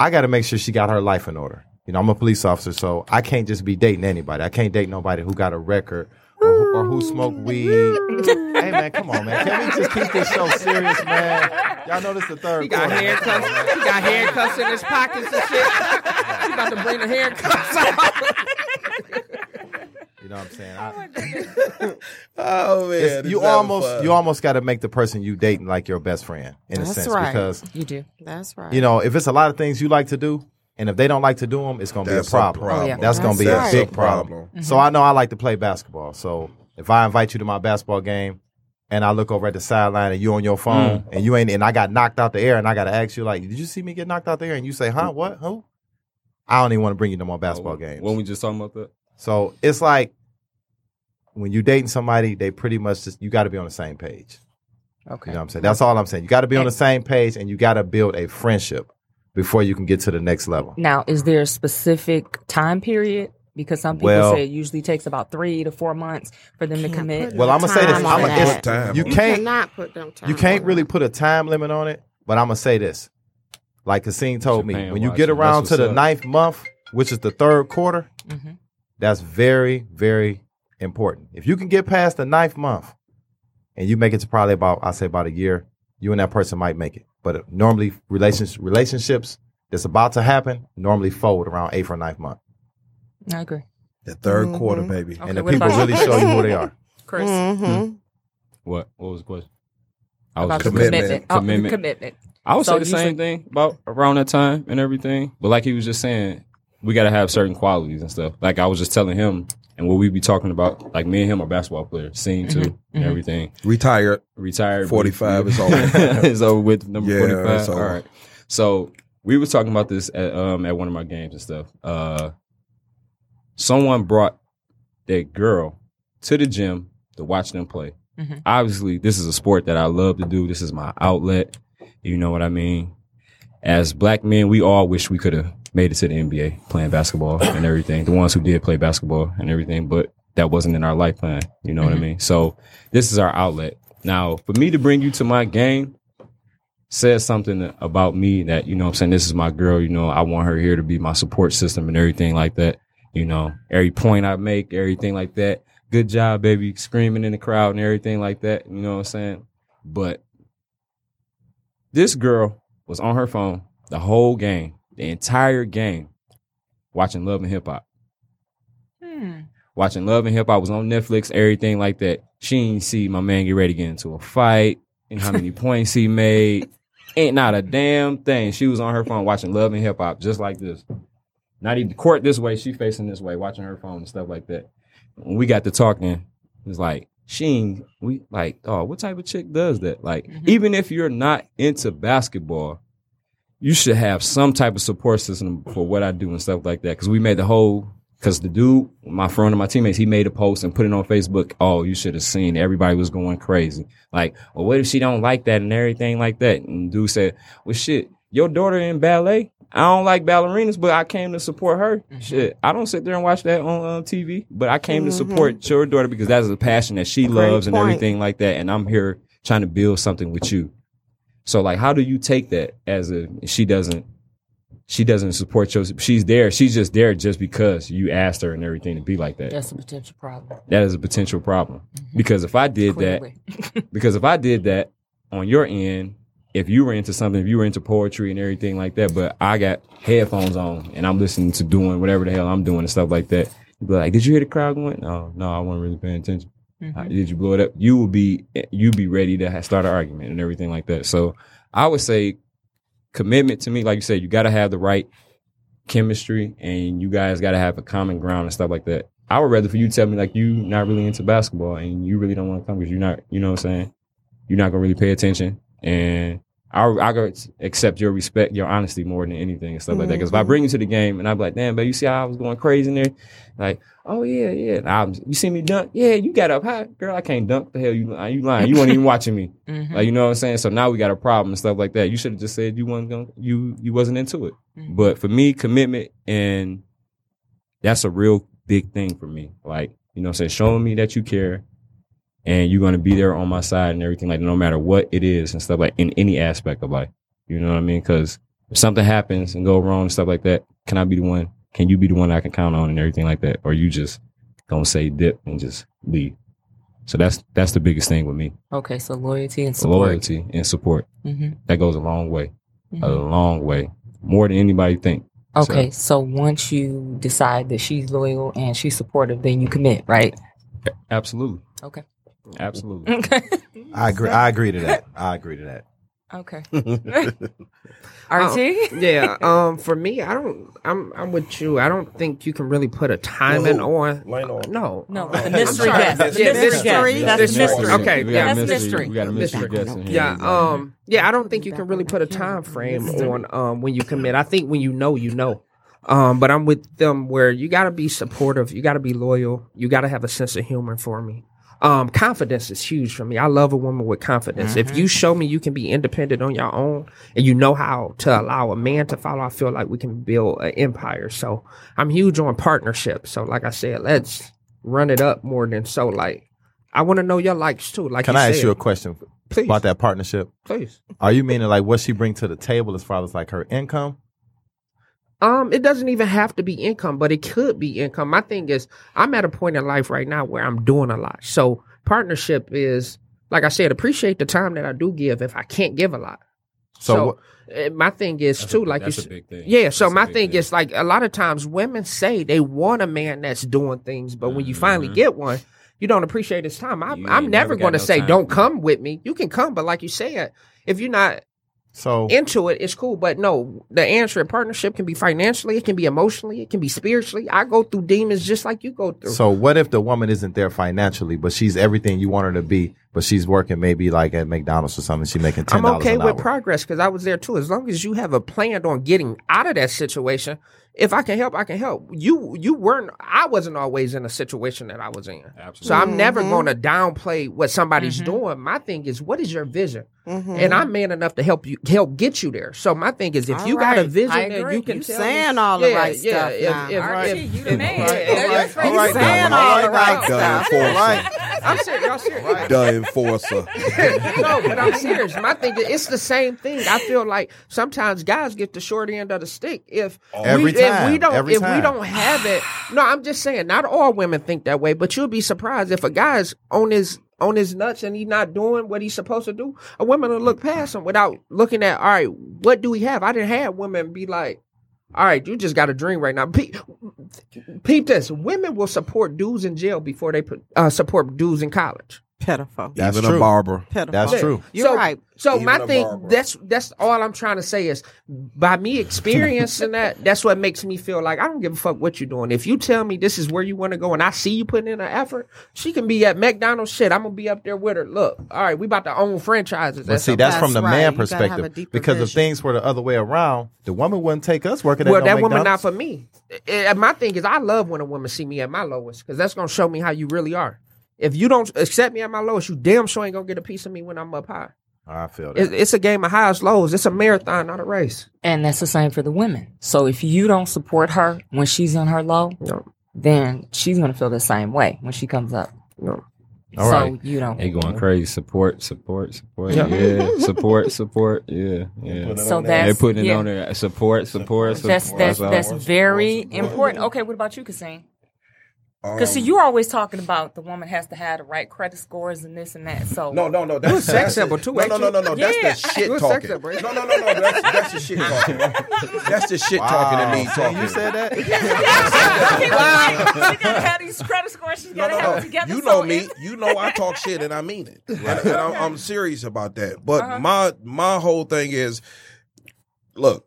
I gotta make sure she got her life in order. You know, I'm a police officer, so I can't just be dating anybody. I can't date nobody who got a record or, who- or who smoked weed. hey man, come on, man. Can we just keep this show serious, man? Y'all know this the third. He got quarter. handcuffs. He got handcuffs in his pockets and shit. He about to bring the handcuffs out. You know what I'm saying? I- Oh man, It's- you almost you almost got to make the person you dating like your best friend in a That's sense right. because You do. That's right. you know if it's a lot of things you like to do and if they don't like to do them it's gonna That's be a problem, Oh, yeah. that's gonna be That's a right. big problem Mm-hmm. so I know I like to play basketball so if I invite you to my basketball game and I look over at the sideline and you on your phone and you ain't and I got knocked out the air and I gotta ask you like did you see me get knocked out the air and you say huh what who I don't even want to bring you to my basketball games "Oh, When we just talking about that? so it's like when you dating somebody they pretty much just you got to be on the same page. Okay. You know what I'm saying? That's all I'm saying. You got to be on the same page and you got to build a friendship before you can get to the next level. Now, is there a specific time period? Because some people Well- say it usually takes about three to four months for them to commit. Well, I'm gonna say this. Time I'm on gonna, it's- that. you You can't cannot put them time you can't on really it. put a time limit on it, but I'm gonna say this. Like Cassine told me, Japan when you watch get it. That's around to what's the up. ninth month, which is the third quarter, that's very, very important. If you can get past the ninth month and you make it to probably about, I say about a year, you and that person might make it. But normally relations, relationships that's about to happen normally fold around eighth or ninth month. I agree. The 3rd quarter, Mm-hmm. baby. Okay. and the what people about- really show you who they are. Chris, Mm. Mm-hmm. Hmm. What? What was the question? I about just- commitment. commitment. Oh, Commitment. commitment. I would So say the you same should- thing about around that time and everything. But like he was just saying, we got to have certain qualities and stuff. Like I was just telling him, and what we be talking about, like me and him are basketball players, seen too, and everything. Retired. Retired. 45 we- is over. it's over with number Yeah, 45. it's over. All right. So we was talking about this at, um, at one of my games and stuff. Uh, someone brought that girl to the gym to watch them play. Obviously, this is a sport that I love to do. This is my outlet. You know what I mean? As black men, we all wish we could have made it to the NBA playing basketball and everything. The ones who did play basketball and everything, but that wasn't in our life plan. You know what I mean? So this is our outlet. Now, for me to bring you to my game says something about me that, you know what I'm saying, this is my girl, you know, I want her here to be my support system and everything like that. You know, every point I make, everything like that. Good job, baby, screaming in the crowd and everything like that. You know what I'm saying? But this girl was on her phone the whole game, the entire game, watching Love and Hip Hop Hmm. watching Love and Hip Hop was on Netflix, everything like that. She ain't see my man get ready to get into a fight and how many points he made. Ain't not a damn thing. She was on her phone watching Love and Hip Hop just like this. Not even court this way, she facing this way, watching her phone and stuff like that. When we got to talking, it was like she ain't we like, oh, what type of chick does that? Like, even if you're not into basketball, you should have some type of support system for what I do and stuff like that. Cause we made the whole cause the dude, my friend and my teammates, he made a post and put it on Facebook. Oh, you should have seen it. everybody was going crazy. Like, well, what if she don't like that and everything like that? And dude said, Well shit, your daughter in ballet. I don't like ballerinas, but I came to support her. Mm-hmm. Shit, I don't sit there and watch that on uh, TV, but I came to support your daughter because that's a passion that she Great loves and point. everything like that. And I'm here trying to build something with you. So like, how do you take that as a she doesn't she doesn't support your she's there she's just there just because you asked her and everything to be like that. That's a potential problem. That is a potential problem because if I did that Clearly. because if I did that on your end, if you were into something, if you were into poetry and everything like that, but I got headphones on and I'm listening to doing whatever the hell I'm doing and stuff like that, you'd be like, "Did you hear the crowd going? No, no, I wasn't really paying attention. Uh, Did you blow it up? You would be you be ready to ha- start an argument and everything like that. So I would say commitment to me, like you said, you got to have the right chemistry and you guys got to have a common ground and stuff like that. I would rather for you tell me like you not really into basketball and you really don't want to come because you're not, you know what I'm saying? You're not gonna really pay attention, and I I go accept your respect, your honesty more than anything and stuff like that. Because if I bring you to the game and I'm like, damn, but you see how I was going crazy in there, like, oh yeah, yeah, And I'm, you see me dunk, yeah, you got up high, girl, I can't dunk. The hell you li- you lying? You weren't even watching me, Mhm. like you know what I'm saying. So now we got a problem and stuff like that. You should have just said you wasn't going, you you wasn't into it. But for me, commitment and that's a real big thing for me. Like, you know what I'm saying? Showing me that you care and you're gonna be there on my side and everything, like no matter what it is and stuff like in any aspect of life. You know what I mean? Cause if something happens and go wrong and stuff like that, can I be the one? Can you be the one I can count on and everything like that? Or you just gonna say dip and just leave. So that's that's the biggest thing with me. Okay, so loyalty and support. Loyalty and support. hmm That goes a long way. A Mm-hmm. long way. More than anybody think. So- Okay, so once you decide that she's loyal and she's supportive, then you commit, right? Absolutely. Okay. Mm-hmm. Absolutely. Okay. I agree. I agree to that. I agree to that. okay. Oh, RT? yeah. Um, for me, I don't. I'm. I'm with you. I don't think you can really put a timing Well, who? on. Lano. No. No, Uh, the mystery I'm sorry. guest. The mystery Yeah, mystery. guest. Mystery. That's Mystery. mystery. Okay. We got Yeah. a That's mystery. We got a mystery. mystery guest in here. Yeah. Um. Yeah. I don't think you can really put a time frame on um when you commit. I think when you know, you know. Um. But I'm with them where you got to be supportive. You got to be loyal. You got to have a sense of humor for me. Um, confidence is huge for me. I love a woman with confidence. If you show me you can be independent on your own and you know how to allow a man to follow, I feel like we can build an empire. So I'm huge on partnerships. So like I said, let's run it up more than so. Like I want to know your likes too. Like Can you I ask said. you a question Please. about that partnership? Please. Are you meaning like what she bring to the table as far as like her income? Um, it doesn't even have to be income, but it could be income. My thing is, I'm at a point in life right now where I'm doing a lot. So partnership is, like I said, appreciate the time that I do give if I can't give a lot. So So, eh, my thing is too, like that's you a said- big thing. Yeah. So That's a my big thing thing. is like a lot of times women say they want a man that's doing things, but when you finally get one, you don't appreciate his time. I, Mm-hmm. You ain't I'm never never got going to no say time. don't come with me. You can come, but like you said, if you're not So Oh. into it, it's cool. But no, the answer in partnership can be financially, it can be emotionally, it can be spiritually. I go through demons just like you go through. so what if the woman isn't there financially, but she's everything you want her to be, but she's working maybe like at McDonald's or something. She making ten I'm dollars okay an with hour. progress because I was there too. As long as you have a plan on getting out of that situation, if I can help, I can help. You you weren't I wasn't always in a situation that I was in. So Absolutely. I'm never Mm-hmm. gonna downplay what somebody's doing. My thing is what is your vision? Mm-hmm. And I'm man enough to help you help get you there. So my thing is if All you got right. a vision I and agree. you can You tell saying me- all the right stuff if- now. if- RT, if- you the man. Right, That's right, right. right. Saying Done. all the right Done stuff. enforcer. I'm serious. Y'all serious? The enforcer. no, but I'm serious. My thing is, it's the same thing. I feel like sometimes guys get the short end of the stick if Every we, if we time. don't Every if we time. don't have it. No, I'm just saying, not all women think that way, but you'll be surprised if a guy's on his on his nuts and he's not doing what he's supposed to do. A woman will look past him without looking at all right, what do we have? I didn't have women be like. All right, you just got a dream right now. Pe- Peep this: women will support dudes in jail before they put, uh, support dudes in college. Pitiful. That's Even a true. barber. Pitiful. That's true. You're so, right. So Even my a thing, Barbara. that's that's all I'm trying to say is, by me experiencing that, that's what makes me feel like I don't give a fuck what you're doing. If you tell me this is where you want to go, and I see you putting in an effort, she can be at McDonald's. Shit, I'm gonna be up there with her. Look, all right, we about to own franchises. But That's see, a- that's, That's from the right. man You gotta have a perspective. deeper Because if vision. things were the other way around, the woman wouldn't take us working at well, no that woman not McDonald's. for me. And my thing is, I love when a woman see me at my lowest because that's gonna show me how you really are. If you don't accept me at my lowest, you damn sure ain't gonna get a piece of me when I'm up high. I feel that. It- It's a game of highs lows. It's a marathon, not a race. And that's the same for the women. So if you don't support her when she's on her low, No, then she's going to feel the same way when she comes up. no. All so right. you don't. They going crazy. Support, support, support. Yeah, support, support. Yeah, yeah. Put it So on that- there. They're putting it yeah. on there. Support, support, support. That's that's all. that's very important. Okay, what about you, Cassine? Because see, Um, you're always talking about the woman has to have the right credit scores and this and that. So No, no, no. That's a sex that's it. symbol too, No, ain't no, no, you? no, no. Yeah, That's that you shit a sex talking. symbol, ain't No, no, no, no. That's that's the shit talking. That's the shit talking and me Wow. talking. You said that? she gotta have these credit scores. She's No, gotta no, have no. it together. You so know me. it's- You know I talk shit and I mean it. And, and I'm, I'm serious about that. But Uh-huh. my my whole thing is, look,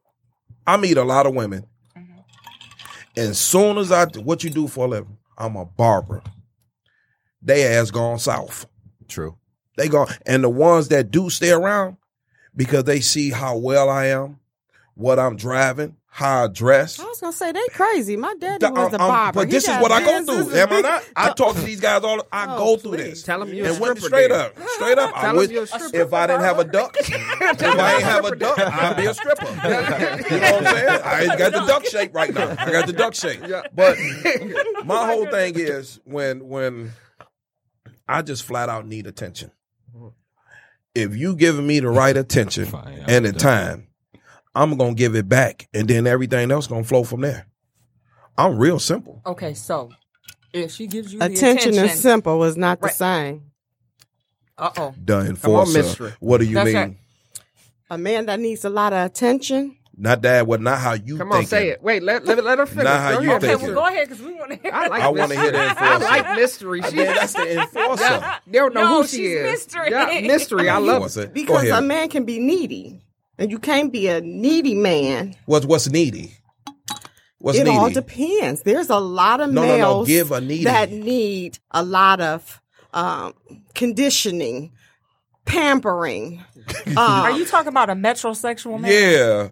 I meet a lot of women, Mm-hmm. and soon as I what you do for a living, I'm a barber. They ass gone south. True. They go and the ones that do stay around because they see how well I am, what I'm driving, how I dress. I was gonna say they crazy. My daddy The- was a um, um, barber. but He this is got what I go business through. and- Am I not? I talk to these guys all. I Oh, go through please. this. Tell them you And a went stripper straight then. up, straight up. I Tell would, them you're a stripper. if I didn't have a duck, if I ain't have a duck, I'd be a stripper. You know what I'm saying? I ain't got the duck shape right now. I got the duck shape. But my whole thing is when when I just flat out need attention. If you giving me the right attention Fine, and the I'm done. time, I'm gonna give it back, and then everything else gonna flow from there. I'm real simple. Okay, so if she gives you Attention the and attention, simple is not the Right. same. uh oh, The enforcer. mystery. What do you That's mean? right. A man that needs a lot of attention. Not that. What? Not how you. Come on, thinking. say it. Wait, let let, let her finish. Not how Go you ahead, think okay, Thank well you. go ahead mystery. because we want to hear. I like. I wanna hear the mystery. enforcer. I like mystery. I She, mean, that's the enforcer. they don't know No, who she she's is. mystery. Yeah, mystery. I love it. Enforcer. Go Because ahead. a man can be needy, and you can't be a needy man. what's what's needy? What's it needy? all depends. There's a lot of No, no, no. males Give a needy. that need a lot of um, conditioning, pampering. Um, Are you talking about a metrosexual man? yeah.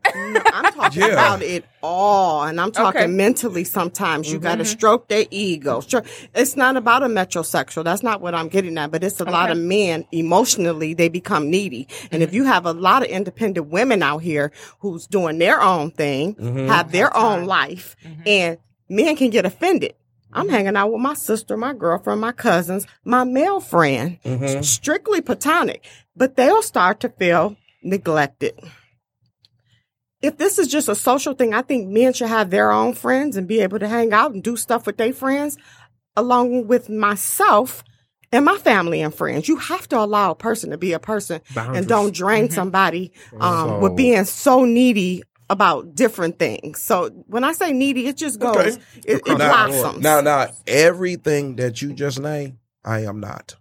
I'm talking Yeah. about it all, and I'm talking Okay. mentally. Sometimes you got to stroke their ego. Stro- It's not about a metrosexual. That's not what I'm getting at. But it's a lot of men emotionally they become needy, and if you have a lot of independent women out here who's doing their own thing, have their own life, and men can get offended. I'm hanging out with my sister, my girlfriend, my cousins, my male friend, strictly platonic, but they'll start to feel neglected if this is just a social thing, I think men should have their own friends and be able to hang out and do stuff with their friends, along with myself and my family and friends. You have to allow a person to be a person and don't drain somebody um, with So- being so needy about different things. So when I say needy, it just goes, Okay. it, it Now- blossoms. Now, now, everything that you just named, I am not.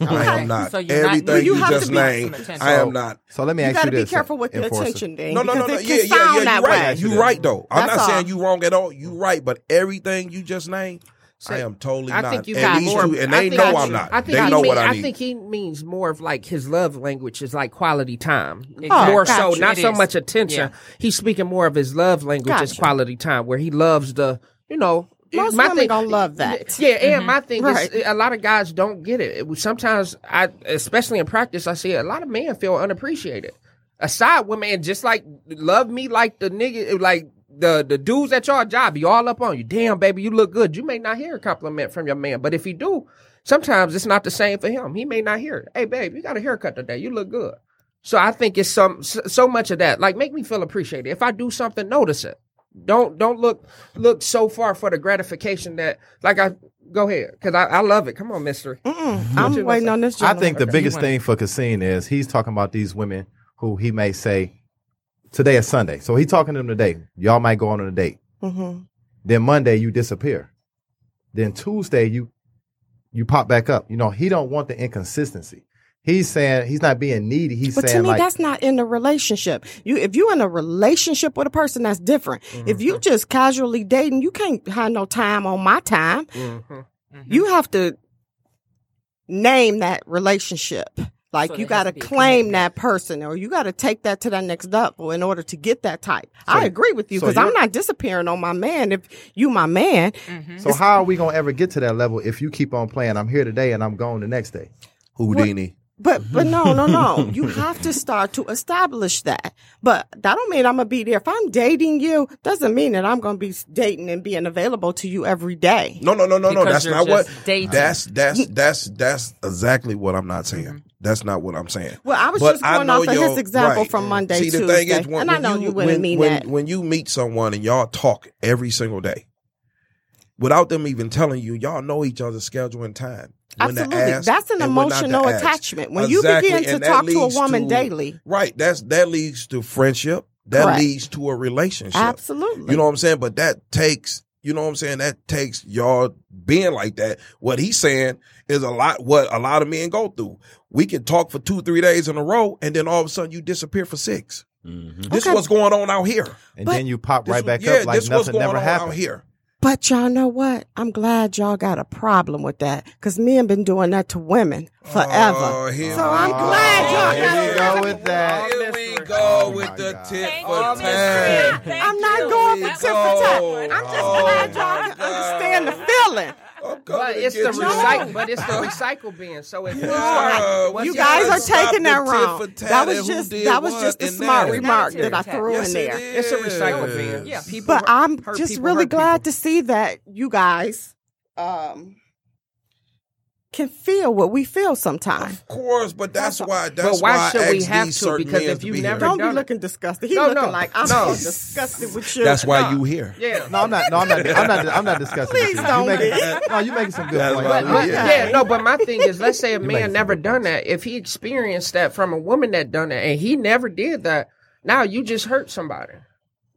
I am not. So you're not- everything you you, have to just be- named, I am not. So let me you ask got you to be this. careful with your enforcer. attention, then. No, no, no, because no. it Yeah, can yeah, sound yeah. that You're right. way. you right, though. I'm That's not all. saying you wrong at all. you right, but everything you just named, I am totally I not. think you and got these more. two, and I they think- know I'm not. I think they he know mean- what I, need. think he means more of like his love language is like quality time. Exactly. More so, Gotcha. not It so is. much attention. He's speaking more of his love language is Gotcha. quality time, where he loves the you know. Most my women thing, gonna love that. Yeah, and my thing is Right. a lot of guys don't get it. It was- Sometimes I, especially in practice, I see a lot of men feel unappreciated. Aside women, and just like love me like the nigga, like the the dudes at your job be all up on you. Damn, baby, you look good. You may not hear a compliment from your man, but if you do, sometimes it's not the same for him. He may not hear it. Hey, babe, you got a haircut today. You look good. So I think it's some so so much of that. Like make me feel appreciated. If I do something, notice it. Don't don't look look so far for the gratification that like I go ahead because I, I love it. Come on, Mister. I'm waiting on this. I gentleman. think the biggest thing for Cassine is he's talking about these women who he may say, today is Sunday. So he's talking to them today. Y'all might go on a Mm-hmm. date. Then Monday, you disappear. Then Tuesday, you you pop back up. You know, he don't want the inconsistency. He's saying he's not being needy. He's But to saying me, like that's not in a relationship. You, if you're in a relationship with a person, that's different. If Mm-hmm. you just casually dating, you can't have no time on my time. Mm-hmm. You have to name that relationship. Like So you there has got to to be a claim commitment. that person, or you got to take that to that next level in order to get that type. I agree with you so because I'm you're- not disappearing on my man. If you my man, Mm-hmm. So how are we gonna ever get to that level if you keep on playing? I'm here today and I'm gone the next day. Houdini. But but no no no, you have to start to establish that. But that don't mean I'm gonna be there. If I'm dating you, doesn't mean that I'm gonna be dating and being available to you every day. No, no, no, no, no. Because That's you're not what. just dating. That's that's that's that's exactly what I'm not saying. Mm-hmm. That's not what I'm saying. Well, I was But just going know off of your- his example right. from Monday, See, the Tuesday, thing is, when, and I when know you, wouldn't when, mean when, that. When you meet someone and y'all talk every single day, without them even telling you, y'all know each other's schedule and time. When to Absolutely. ask That's an and when not to emotional ask. attachment. When you begin to and that talk to a leads woman daily. right? That's that leads to friendship. That Correct. leads to a relationship. Absolutely. You know what I'm saying? But that takes, you know what I'm saying? That takes y'all being like that. What he's saying is a lot what a lot of men go through. We can talk for two, three days in a row, and then all of a sudden you disappear for 6 This is Okay. what's going on out here. And But- then you pop This right is- back yeah, up like this what's nothing going never on happened. out here. But y'all know what? I'm glad y'all got a problem with that because men been doing that to women forever. Oh, here so I'm we go. glad y'all Here got we go with that. Here we go Oh, my with the God. tip Thank for you, tat. Miss Here Thank I'm not you. going for we tip for tat. go. I'm just Oh, glad my y'all God. understand the feeling. I'm coming But to it's the get you. recycle. But it's the recycle bin. So if Yeah, What's You your guys are other- stop taking the that tit wrong. for tat and That was who just did that was what just a and smart that. remark It's not a that I tit for threw tat. Yes, in it there. It's a recycle is. bin. Yeah, people. But I'm hurt just people, really hurt glad people. to see that you guys um, can feel what we feel sometimes. Of course, but that's why. That's why why I should we asked have these to? certain Because men if to you be never here. Don't done be it. looking disgusted. He No, looking no, like I'm no. so disgusted with you. That's why you here. Yeah. No, I'm not. No, I'm not. I'm not. I'm not discussing. Please this. You don't making- be. No, you making some good That's points. why we But, here. yeah. no, but my thing is, let's say a make some man never good done points. that. If he experienced that from a woman that done that, and he never did that, now you just hurt somebody.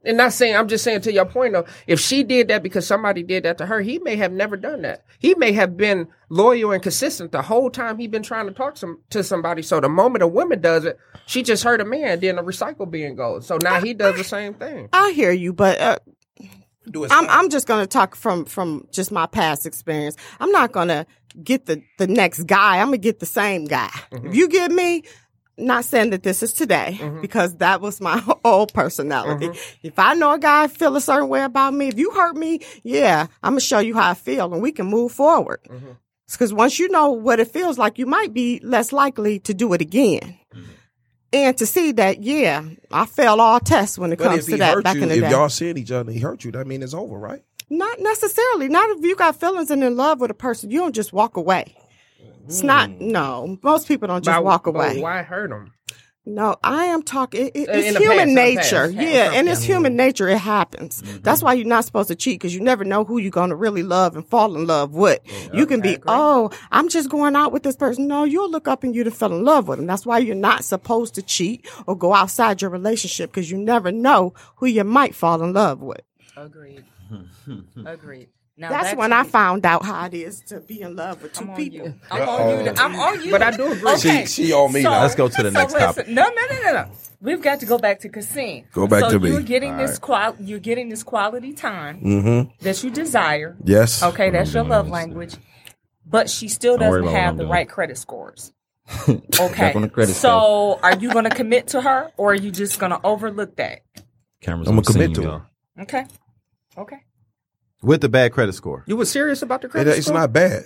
And not saying I'm just saying to your point though, if she did that because somebody did that to her, he may have never done that. He may have been loyal and consistent the whole time he been trying to talk some, to somebody. So the moment a woman does it, she just hurt a man. Then the recycle bin goes. So now he does the same thing. I hear you, but uh, Do it. I'm I'm just gonna talk from from just my past experience. I'm not gonna get the the next guy. I'm gonna get the same guy. Mm-hmm. If you give me, not saying that this is today because that was my old personality. Mm-hmm. If I know a guy feel a certain way about me, if you hurt me, yeah, I'm gonna show you how I feel, and we can move forward. Mm-hmm. Because once you know what it feels like, you might be less likely to do it again. Mm-hmm. And to see that, yeah, I failed all tests when it But comes if to he that hurt back you, in the if day. y'all seeing each other, and he hurt you. That mean it's over, right? Not necessarily. Not if you got feelings and in love with a person, you don't just walk away. It's not. Hmm. No, most people don't just But- walk but away. why hurt him? No, I am talking. It, it- In it's the past, human in the past, nature. past, yeah, okay. Mm-hmm. and it's human nature. It happens. That's why you're not supposed to cheat because you never know who you're going to really love and fall in love with. you can be, oh, I'm just going out with this person. No, you'll look up and you'd have fell in love with them. That's why you're not supposed to cheat or go outside your relationship because you never know who you might fall in love with. Agreed. Agreed. Now That's that when to I me- found out how it is to be in love with two I'm on people. you. I'm on you. I'm on you. But I do agree. Okay. She- she on me now. Let's go to the so next listen- topic. No, no, no, no, no. We've got to go back to Cassine. Go back so to me. You're getting this qual. You're getting this quality time that you desire. Yes. Okay, that's your love language. But she still Don't worry doesn't about what have I'm the doing. right credit scores. Okay. Back on the credit so are you going to commit to her or are you just going to overlook that? Cameras I'ma on the commit scene, to y'all. it. Okay. Okay. With the bad credit score. You were serious about the It- credit it's score? not bad.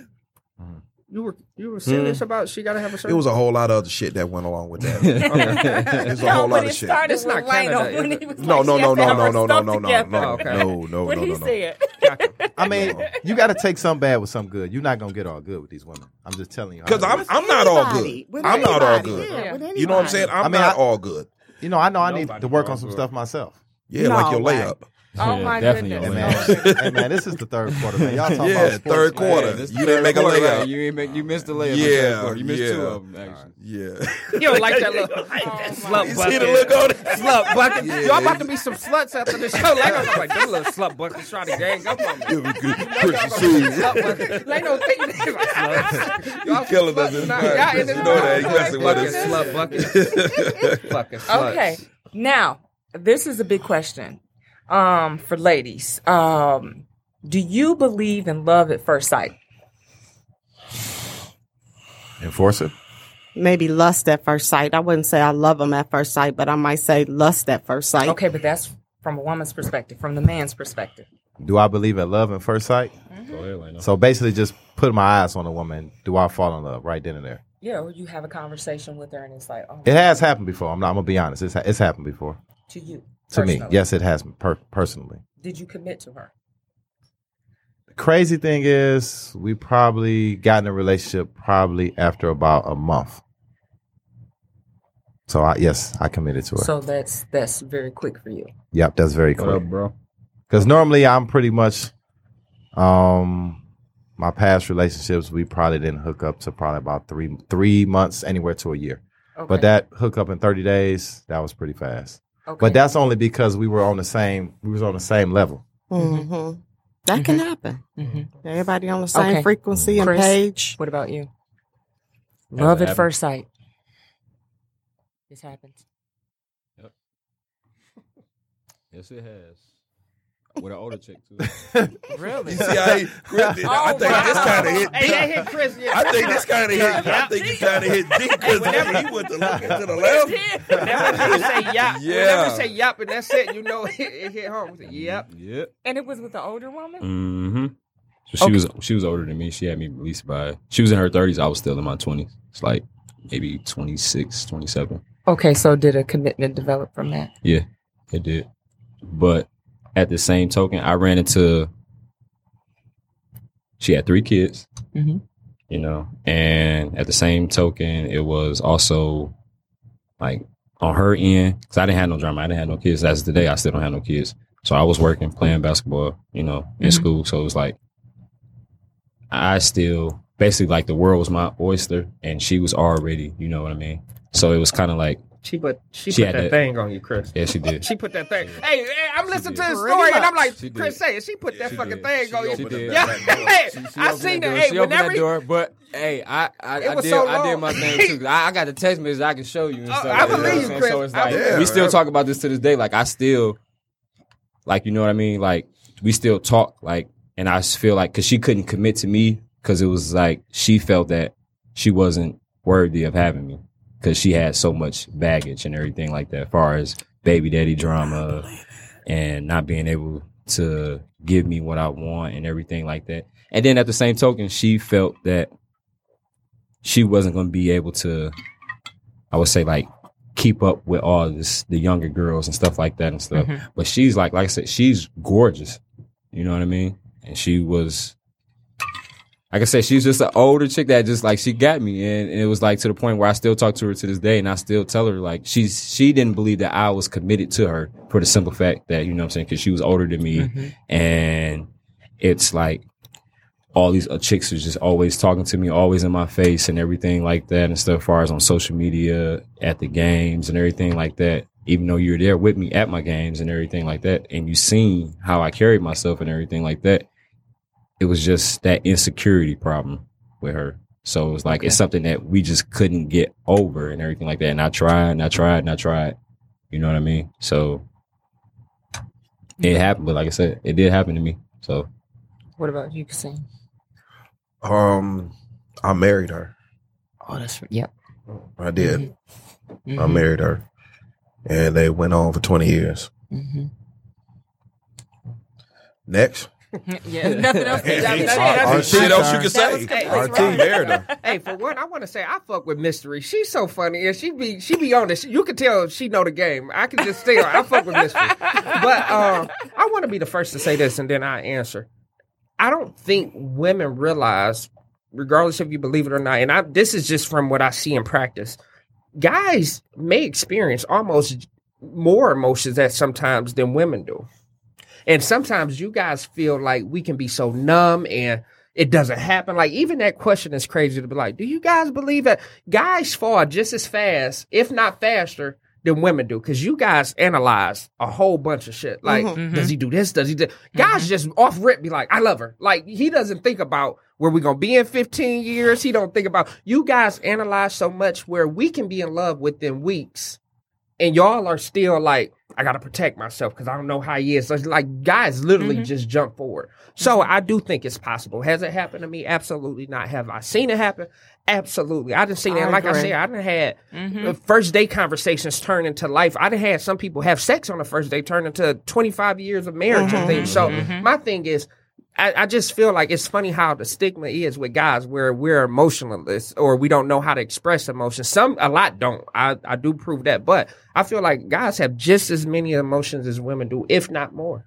You were you were serious about she gotta have a certain. Hmm. It was a whole lot of other shit that went along with that. There's a whole no, lot but of it shit. started It's with not Lionel Canada, when is he was No, like, no, she no, has to no, have no, her no, no, stuff no, no, no, together. no, no, no, What no, he no, no. said. I mean, you got to take some bad with some good. You're not gonna get all good with these women. I'm just telling you. how Because it I'm is. I'm not all good. Anybody, with I'm not all anybody, good. yeah, with You know what I'm anybody. saying? I'm I mean, not I- all good. you know, I know I need to work on some stuff myself. Yeah, like No your way. layup. Oh Yeah, my definitely goodness. Hey, a man. layup. hey man, this is the third quarter, man. Y'all talking Yeah, about sports, third man. quarter. this You the didn't third make a quarter, layup. right? You ain't make, you missed the layup. in the Yeah, third quarter. you missed yeah. two of them actually. Yeah. You don't like that little my slut See bucket. the look on it? Slut bucket. Y'all about to be some sluts after this show. Like I'm like, them little slut buckets trying to gang up on me. It'll be good. Christian Sue. Slut bucket. Like no thing. Like, y'all some killing us sluts in now. the back. Y'all in You the know that. You wrong. messing with Fucking us. slut bucket. Fucking sluts. Okay. Now, this is a big question um, for ladies. Um, do you believe in love at first sight? Enforcer. Maybe lust at first sight. I wouldn't say I love them at first sight, but I might say lust at first sight. Okay, but that's from a woman's perspective, from the man's perspective. Do I believe in love at first sight? Mm-hmm. Go ahead, Leno. So basically, just put my eyes on a woman. Do I fall in love right then and there? Yeah, or you have a conversation with her and it's like, oh, It has happened before. I'm not. I'm gonna be honest. It's ha- it's happened before to you. to me. personally. Yes, it has per- personally. Did you commit to her? The crazy thing is, we probably got in a relationship probably after about a month. So I yes, I committed to her. So that's that's very quick for you. yep, that's very What cool. up, bro? Because normally I'm pretty much, um, my past relationships we probably didn't hook up to probably about three three months, anywhere to a year. Okay. But that hookup in thirty days that was pretty fast. okay. But that's only because we were on the same we was on the same level. Mm-hmm. That can happen. Mhm. Everybody on the same Okay. frequency and Chris? page. What about you? Has Love it at happened? first sight. This happens. Yes, it has. With an older chick too. You see how he, Christian, I think this kind of hit Hey, that hit Chris. Yeah. I think this kind of hit. I think this kind of hit deep because he went to, look to the left. Whenever you say yap, whenever Yeah. you say yap, and that's it, you know it, it hit home. Yep. yep. And it was with the older woman? Mm-hmm. So she Okay. was she was older than me. She had me at least by she was in her thirties. I was still in my twenties. It's like maybe 26, 27. Okay, so did a commitment develop from that? Yeah, it did. But at the same token, I ran into she had three kids, Mhm. you know, and at the same token, it was also like on her end because I didn't have no drama. I didn't have no kids. As of today, I still don't have no kids. So I was working, playing basketball, you know, in Mhm. school. So it was like I still basically like the world was my oyster, and she was already, you know what I mean. So it was kind of like, She put she, She put had that that- thing on you, Chris. yeah, she did. She put that thing. Hey, hey, I'm listening to did. this Pretty story, and I'm much. like, She did. Chris, say it. She put that She fucking did. thing on you. She opened did. that back door. Yeah, I opened seen that. that door. Hey, she opened whenever that door, but hey, I I, It I was did so I did long. my thing too. 'cause I, I got the text message I can show you. And Oh, stuff, I you know what I'm believe you, saying? Chris. So it's I like believe we you. still talk about this to this day. Like I still, like you know what I mean. Like we still talk. Like and I just feel like because she couldn't commit to me because it was like she felt that she wasn't worthy of having me because she had so much baggage and everything like that. As far as baby daddy drama and not being able to give me what I want and everything like that. And then at the same token, she felt that she wasn't going to be able to, I would say, like keep up with all this the younger girls and stuff like that and stuff. Mhm. But she's like, like I said, she's gorgeous. You know what I mean? And she was. Like I said, she's just an older chick that just like she got me, and, and it was like to the point where I still talk to her to this day, and I still tell her like she's she didn't believe that I was committed to her for the simple fact that you know what I'm saying because she was older than Mm-hmm. me, and it's like all these uh, chicks is just always talking to me, always in my face, and everything like that, and stuff. As far as on social media, at the games, and everything like that. Even though you're there with me at my games and everything like that, and you seen how I carried myself and everything like that, it was just that insecurity problem with her. So it was like it's something that we just couldn't get over and everything like that. And I tried, and I tried, and I tried. You know what I mean? So it happened, but like I said, it did happen to me. So What about you, Cassine? Um, I married her. Oh, that's yep. Mm-hmm. I did. I married her, and they went on for twenty years. Mm-hmm. Next, yeah, nothing else. Hey, Yeah, hey, that's- our- that's- our shit else you can That was say. complete, Our right? team married her. Hey, for one, I want to say I fuck with mystery. She's so funny, and she be she be on this. You can tell she know the game. I can just tell I fuck with mystery. But um, I want to be the first to say this, and then I answer. I don't think women realize, regardless if you believe it or not, and I this is just from what I see in practice. Guys may experience almost more emotions at sometimes than women do. And sometimes you guys feel like we can be so numb and it doesn't happen. Like even that question is crazy to be like, do you guys believe that guys fall just as fast, if not faster, than women do? Because you guys analyze a whole bunch of shit. Like, does he do this? Does he do guys just off rip be like, I love her. Like he doesn't think about where we gonna be in 15 years. He don't think about you guys analyze so much where we can be in love within weeks and y'all are still like, I gotta protect myself because I don't know how he is. So it's like guys literally just jump forward. So I do think it's possible. Has it happened to me? Absolutely not. Have I seen it happen? Absolutely. I didn't see that. Like I said, I done had uh, first day conversations turn into life. I done had some people have sex on the first day turn into twenty five years of marriage and things. So my thing is I, I just feel like it's funny how the stigma is with guys where we're emotionless or we don't know how to express emotions. Some a lot don't. I, I do prove that, but I feel like guys have just as many emotions as women do, if not more.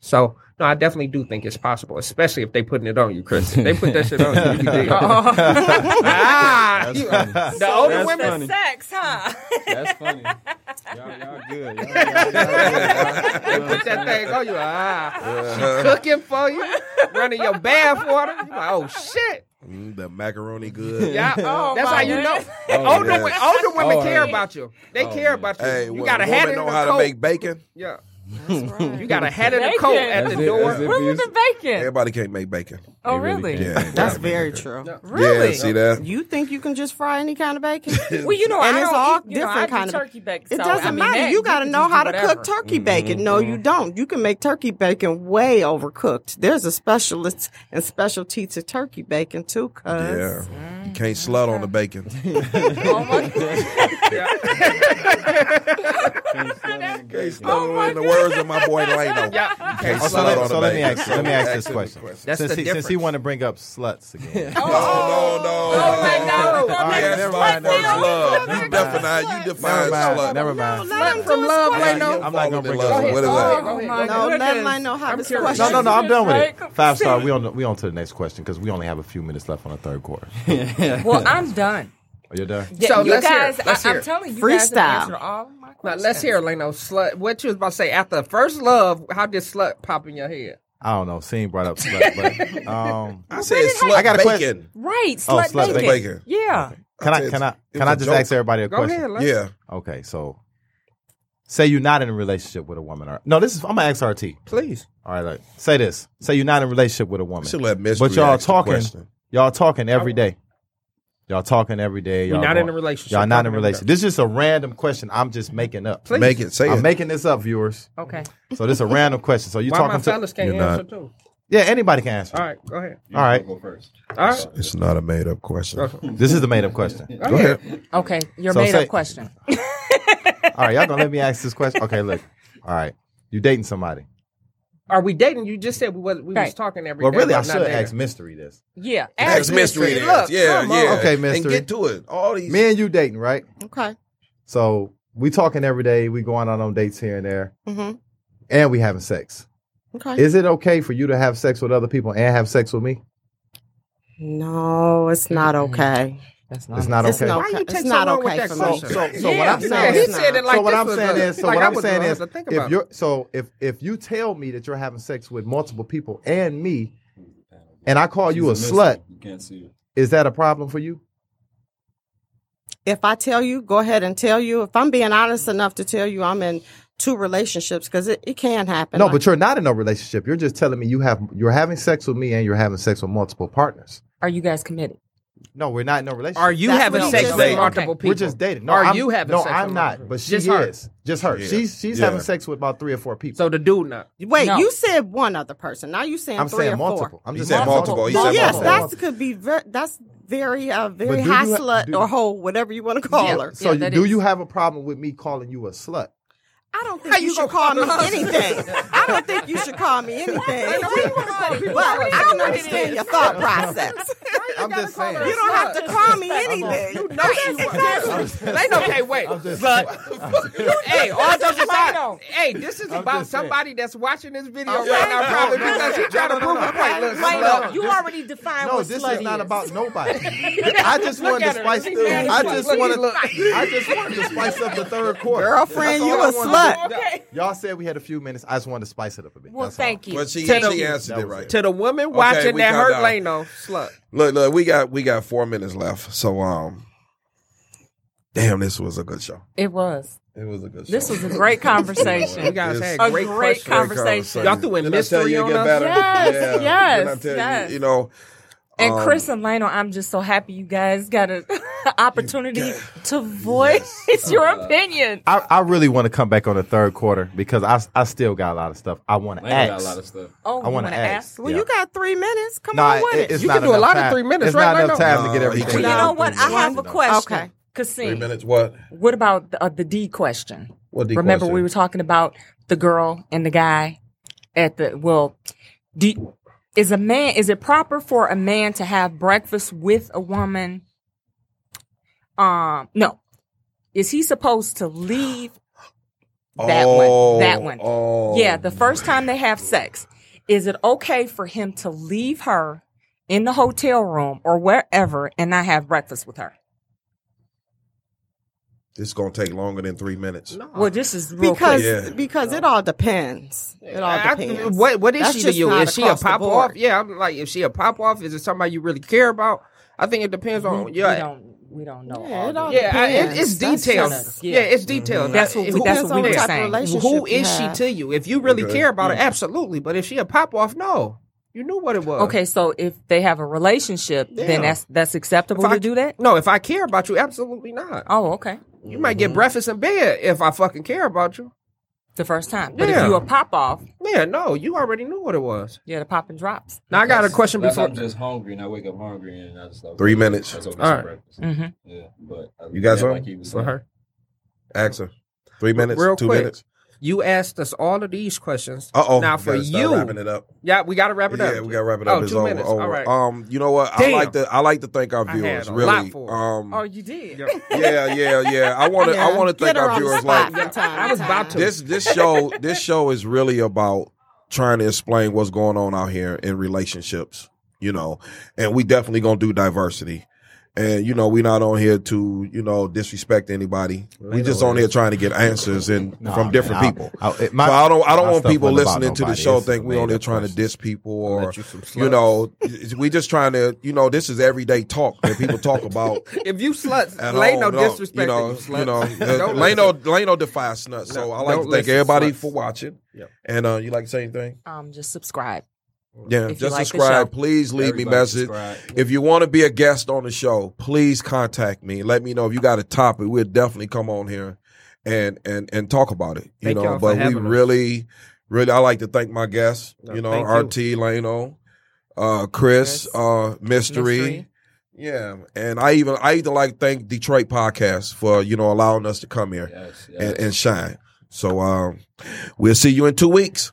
So no, I definitely do think it's possible, especially if they putting it on you, Chris. If they put that shit on you. you dig. ah, you- the older That's women. funny. Sex, huh? That's funny. Y'all, good. They put that thing on you. Ah, she cooking for you, running your bath water. You like, oh shit. Mm, the macaroni good. Yeah, Oh, that's my how you know. goodness. older, yeah. women, older women Oh, care yeah. about you. They Oh, care yeah. about you. Hey, you when got a a hat woman in know a how coat. to make bacon. yeah, you got a hat in a Bacon. coat at the That's it, door. that's it. Where's the bacon? Everybody can't make bacon. Oh, They really really? can. Yeah, That's very true. Really? Yeah, see that? You think you can just fry any kind of bacon? Well, you know, And I it's don't all eat, you know, different I do kind of- turkey bacon. It so, doesn't I mean, matter. that You got to can know just do how to whatever. Mm-hmm. cook turkey bacon. No, you don't. You can make turkey bacon way overcooked. There's a specialist and specialty to turkey bacon too, cuz. Yeah. You can't slut on the bacon. Oh my- Oh, in the words of my boy Lano. Yeah, you can't Oh, so Slut on let, so the let me bacon. ask. Let me ask this question. That's since, the he, since he difference. wanted to bring up sluts again. No, no, no. Oh no, All right, Yes, never slut mind. Never versus mind. love. You define you define Never mind. slut. Never mind. Let him do his question. Now you're I'm not gonna falling in bring it love. up. What is that? Go ahead, my go No, goodness. let him know how I'm this curious. No, question. no, no. I'm done with it. Right. Five star. We on. We on to the next question because we only have a few minutes left on the third quarter. Are Well, I'm done. you done? So you let's hear it. guys, Let's I, hear I'm it. telling you, guys Freestyle. have answered all my Now, questions. let's hear, Leno. Slut. What you was about to say after first love? How did slut pop in your head? I don't know. Sean brought up slut, but um, I said slut I got a bacon. Right, Oh, slut, slut bacon. bacon. Yeah. can I It's- can I it's can a I just joke. ahead ask everybody a Go question? ahead. Leno. Yeah. Okay, so say you're not in a relationship with a woman. Or, no, this is I'm gonna ask RT. Please. All right, like, say this. Say you're not in a relationship with a woman. should let mystery but y'all ask the talking. question. Y'all talking every day. Y'all talking every day. Y'all We're not in going- a relationship. Y'all not in a Talking every relationship. day. This is just a random question. I'm just making up. Please. Make it say I'm it. making this up, viewers. Okay. So this is a random question. So you Why my talking to fellas can't You're answer not. too? yeah? Anybody can answer. All right, go ahead. All right. All right, It's not a made up question. This is the made up question. Go ahead. Okay. Your So made say- up question. All right, y'all gonna let me ask this question? Okay, look. All right, you dating somebody? are we dating? You just said we was, we was Right. talking every day. Well, really, I but not should dating. ask mystery this. Yeah. That's mystery. it is. Look, yeah, come on. yeah. Okay, And mystery. get to it. All these. Me and you dating, right? Okay. So we talking every day. We going out on dates here and there, Mhm. Mm-hmm. and we having sex. Okay. Is it okay for you to have sex with other people and have sex with me? No, it's not Mm-hmm. okay. That's It's not It's okay. not Why you okay. take It's so not long with okay that for question? me. So, so what Yeah, I'm Yeah, saying he is, said it like so what this I'm was saying a- is, so like what I I'm was saying gonna is, have to think if about you're, so if if you tell me that you're having sex with multiple people and me, and I Oh, call you a slut, You can't see it. is that a problem for you? if I tell you, go ahead and tell you. If I'm being honest enough to tell you, I'm in two relationships because it, it can happen. No, Like, but you're not in a relationship. You're just telling me you have you're having sex with me and you're having sex with multiple partners. Are you guys committed? No, we're not in a relationship. Are you That's having what he sex just with said. multiple people? We're just dating. No, Are I'm, you having no, sex I'm with not. multiple But she Just her. is. Just her. Yeah. She's she's Yeah. having sex with about three or four people. So the dude not. wait, No. you said one other person. Now you saying I'm three saying or four. multiple. I'm He just said saying multiple. He Oh said yes, multiple. that could be ver- that's very uh But very do you high ha- slut do- or hoe, whatever you want to call her. So Yeah, that you, do is- you have a problem with me calling you a slut? I don't think you, should call me anything. I don't think you should call me anything. but I can understand your thought process. you I'm gotta just call saying. her? You You don't have to call me anything. You know she was. Like, okay, wait. But, hey, all jokes aside, hey, this is about just saying. somebody that's watching this video I'm right just now, saying. probably No, no, because no, he trying to no, no, prove no. a point. Look, Wait, look, no, you already defined No, what this slut is not is. about nobody. I just Look wanted to at her. spice She the. mad as I fuck. just Look, wanted. look. I just wanted to spice up the third quarter. Girlfriend, That's all you I a wanted to do. slut. Okay. Y'all said we had a few minutes. I just wanted to spice it up a bit. Well, That's all. thank you. Well, she, Tell she them- answered it right. To the woman Okay, watching we that got hurt that. lane though, slut. Look, look, we got we got four minutes left. So um, damn, this was a good show. It was. It was a good show. This was a great We conversation. guys had a great, great, questions. conversation. Y'all threw in Didn't I tell mystery you it on get us? better? Yes, yes, Didn't I tell yes. You, you know, And Um, Chris and Lionel, I'm just so happy you guys got an opportunity to voice your opinion. I, I really want to come back on the third quarter because I, I still got a lot of stuff I want to Lane ask. got a lot of stuff. Oh, I you want wanna to ask. Well, Yeah. you got three minutes. Come Nah, on with it. it's You not can do a enough lot of time. three minutes It's right not now, enough though. time No, to get you everything. can't. You know what? I have a No. question. Okay. three Kasim, minutes. What? what about the, uh, the D question? What the Remember, question? we were talking about the girl and the guy at the well. Do is a man? Is it proper for a man to have breakfast with a woman? Um, no. Is he supposed to leave that Oh, one? That one. Oh, Yeah, the first time they have sex, is it okay for him to leave her in the hotel room or wherever and not have breakfast with her? this is gonna take longer than three minutes. Well, this is real Because Yeah. because it all depends. It all I- depends. what what is That's she to just you? not Is she a across the pop board. off? Yeah, I'm like, if she a pop off, is it somebody you really care about? I think it depends quick. on We, we yeah. don't we don't know. Yeah, all it all the- Yeah, I, it, depends. it's That's detailed. just- yeah. it's detailed. That's what we- Who that's is what we on were top saying. of relationship Who you is have. she to you? If you really Okay. care about her, absolutely. But if she a pop off, no. You knew what it was. Okay, so if they have a relationship, Yeah. then that's that's acceptable If I- to do that? No, if I care about you, absolutely not. Oh, okay. You might get breakfast in bed if I fucking care about you. The first time. But Yeah. if you a pop off, Yeah, no, you already knew what it was. yeah, the popping drops. Now I got a question Unless before. I'm just hungry and I wake up hungry and I just like Three minutes. That's okay All for right. breakfast. Mm-hmm. Yeah, but I- You guys yeah, on? like he was For saying. her. Ask her. Three minutes. Real two quick. minutes. You asked us all of these questions. Uh oh. Now for you, wrapping it up. yeah, we got to wrap it up. Yeah, we gotta wrap it up. Oh, it's two over. minutes. over. All right. Um, you know what? Damn. I like to I like to thank our I had viewers. a Really. lot for her. um, Oh, you did. Yeah. yeah, yeah, yeah. I want to Yeah. I want to thank Get her our on the viewers. spot Like from time I was to about time. to. this this show this show is really about trying to explain what's going on out here in relationships you know and we definitely gonna do diversity and you know we not on here to you know disrespect anybody we ain't just no on way. here trying to get answers and Nah, from man, different I- people I- it- my- so I don't I don't my want stuff people wasn't about listening to the nobody. show It's think we made on there up trying to questions. diss people or let you some sluts. you know we just trying to you know this is everyday talk that people talk about if you sluts, at lay home. no Don't- disrespect. You know, to you, sluts. know, uh, Don't lay no, listen. lay no defy snuts. So I like don't to thank listen, everybody sluts. for watching. Yep. And uh, you like to say anything? Um, just subscribe. Yeah, If you just like the subscribe. show. Please leave Everybody me message. subscribe. If you want to be a guest on the show, please contact me. Let me know if you got a topic. We'll definitely come on here and and and talk about it. You Thank y'all know, for but we having us. really, really, I like to thank my guests. No, you know, thank RT Lano, uh, Chris, Chris. uh, Mystery. Mystery. Yeah, and I even I even like to thank Detroit Podcast for you know allowing us to come here Yes, yes. and, and shine. So um, we'll see you in two weeks.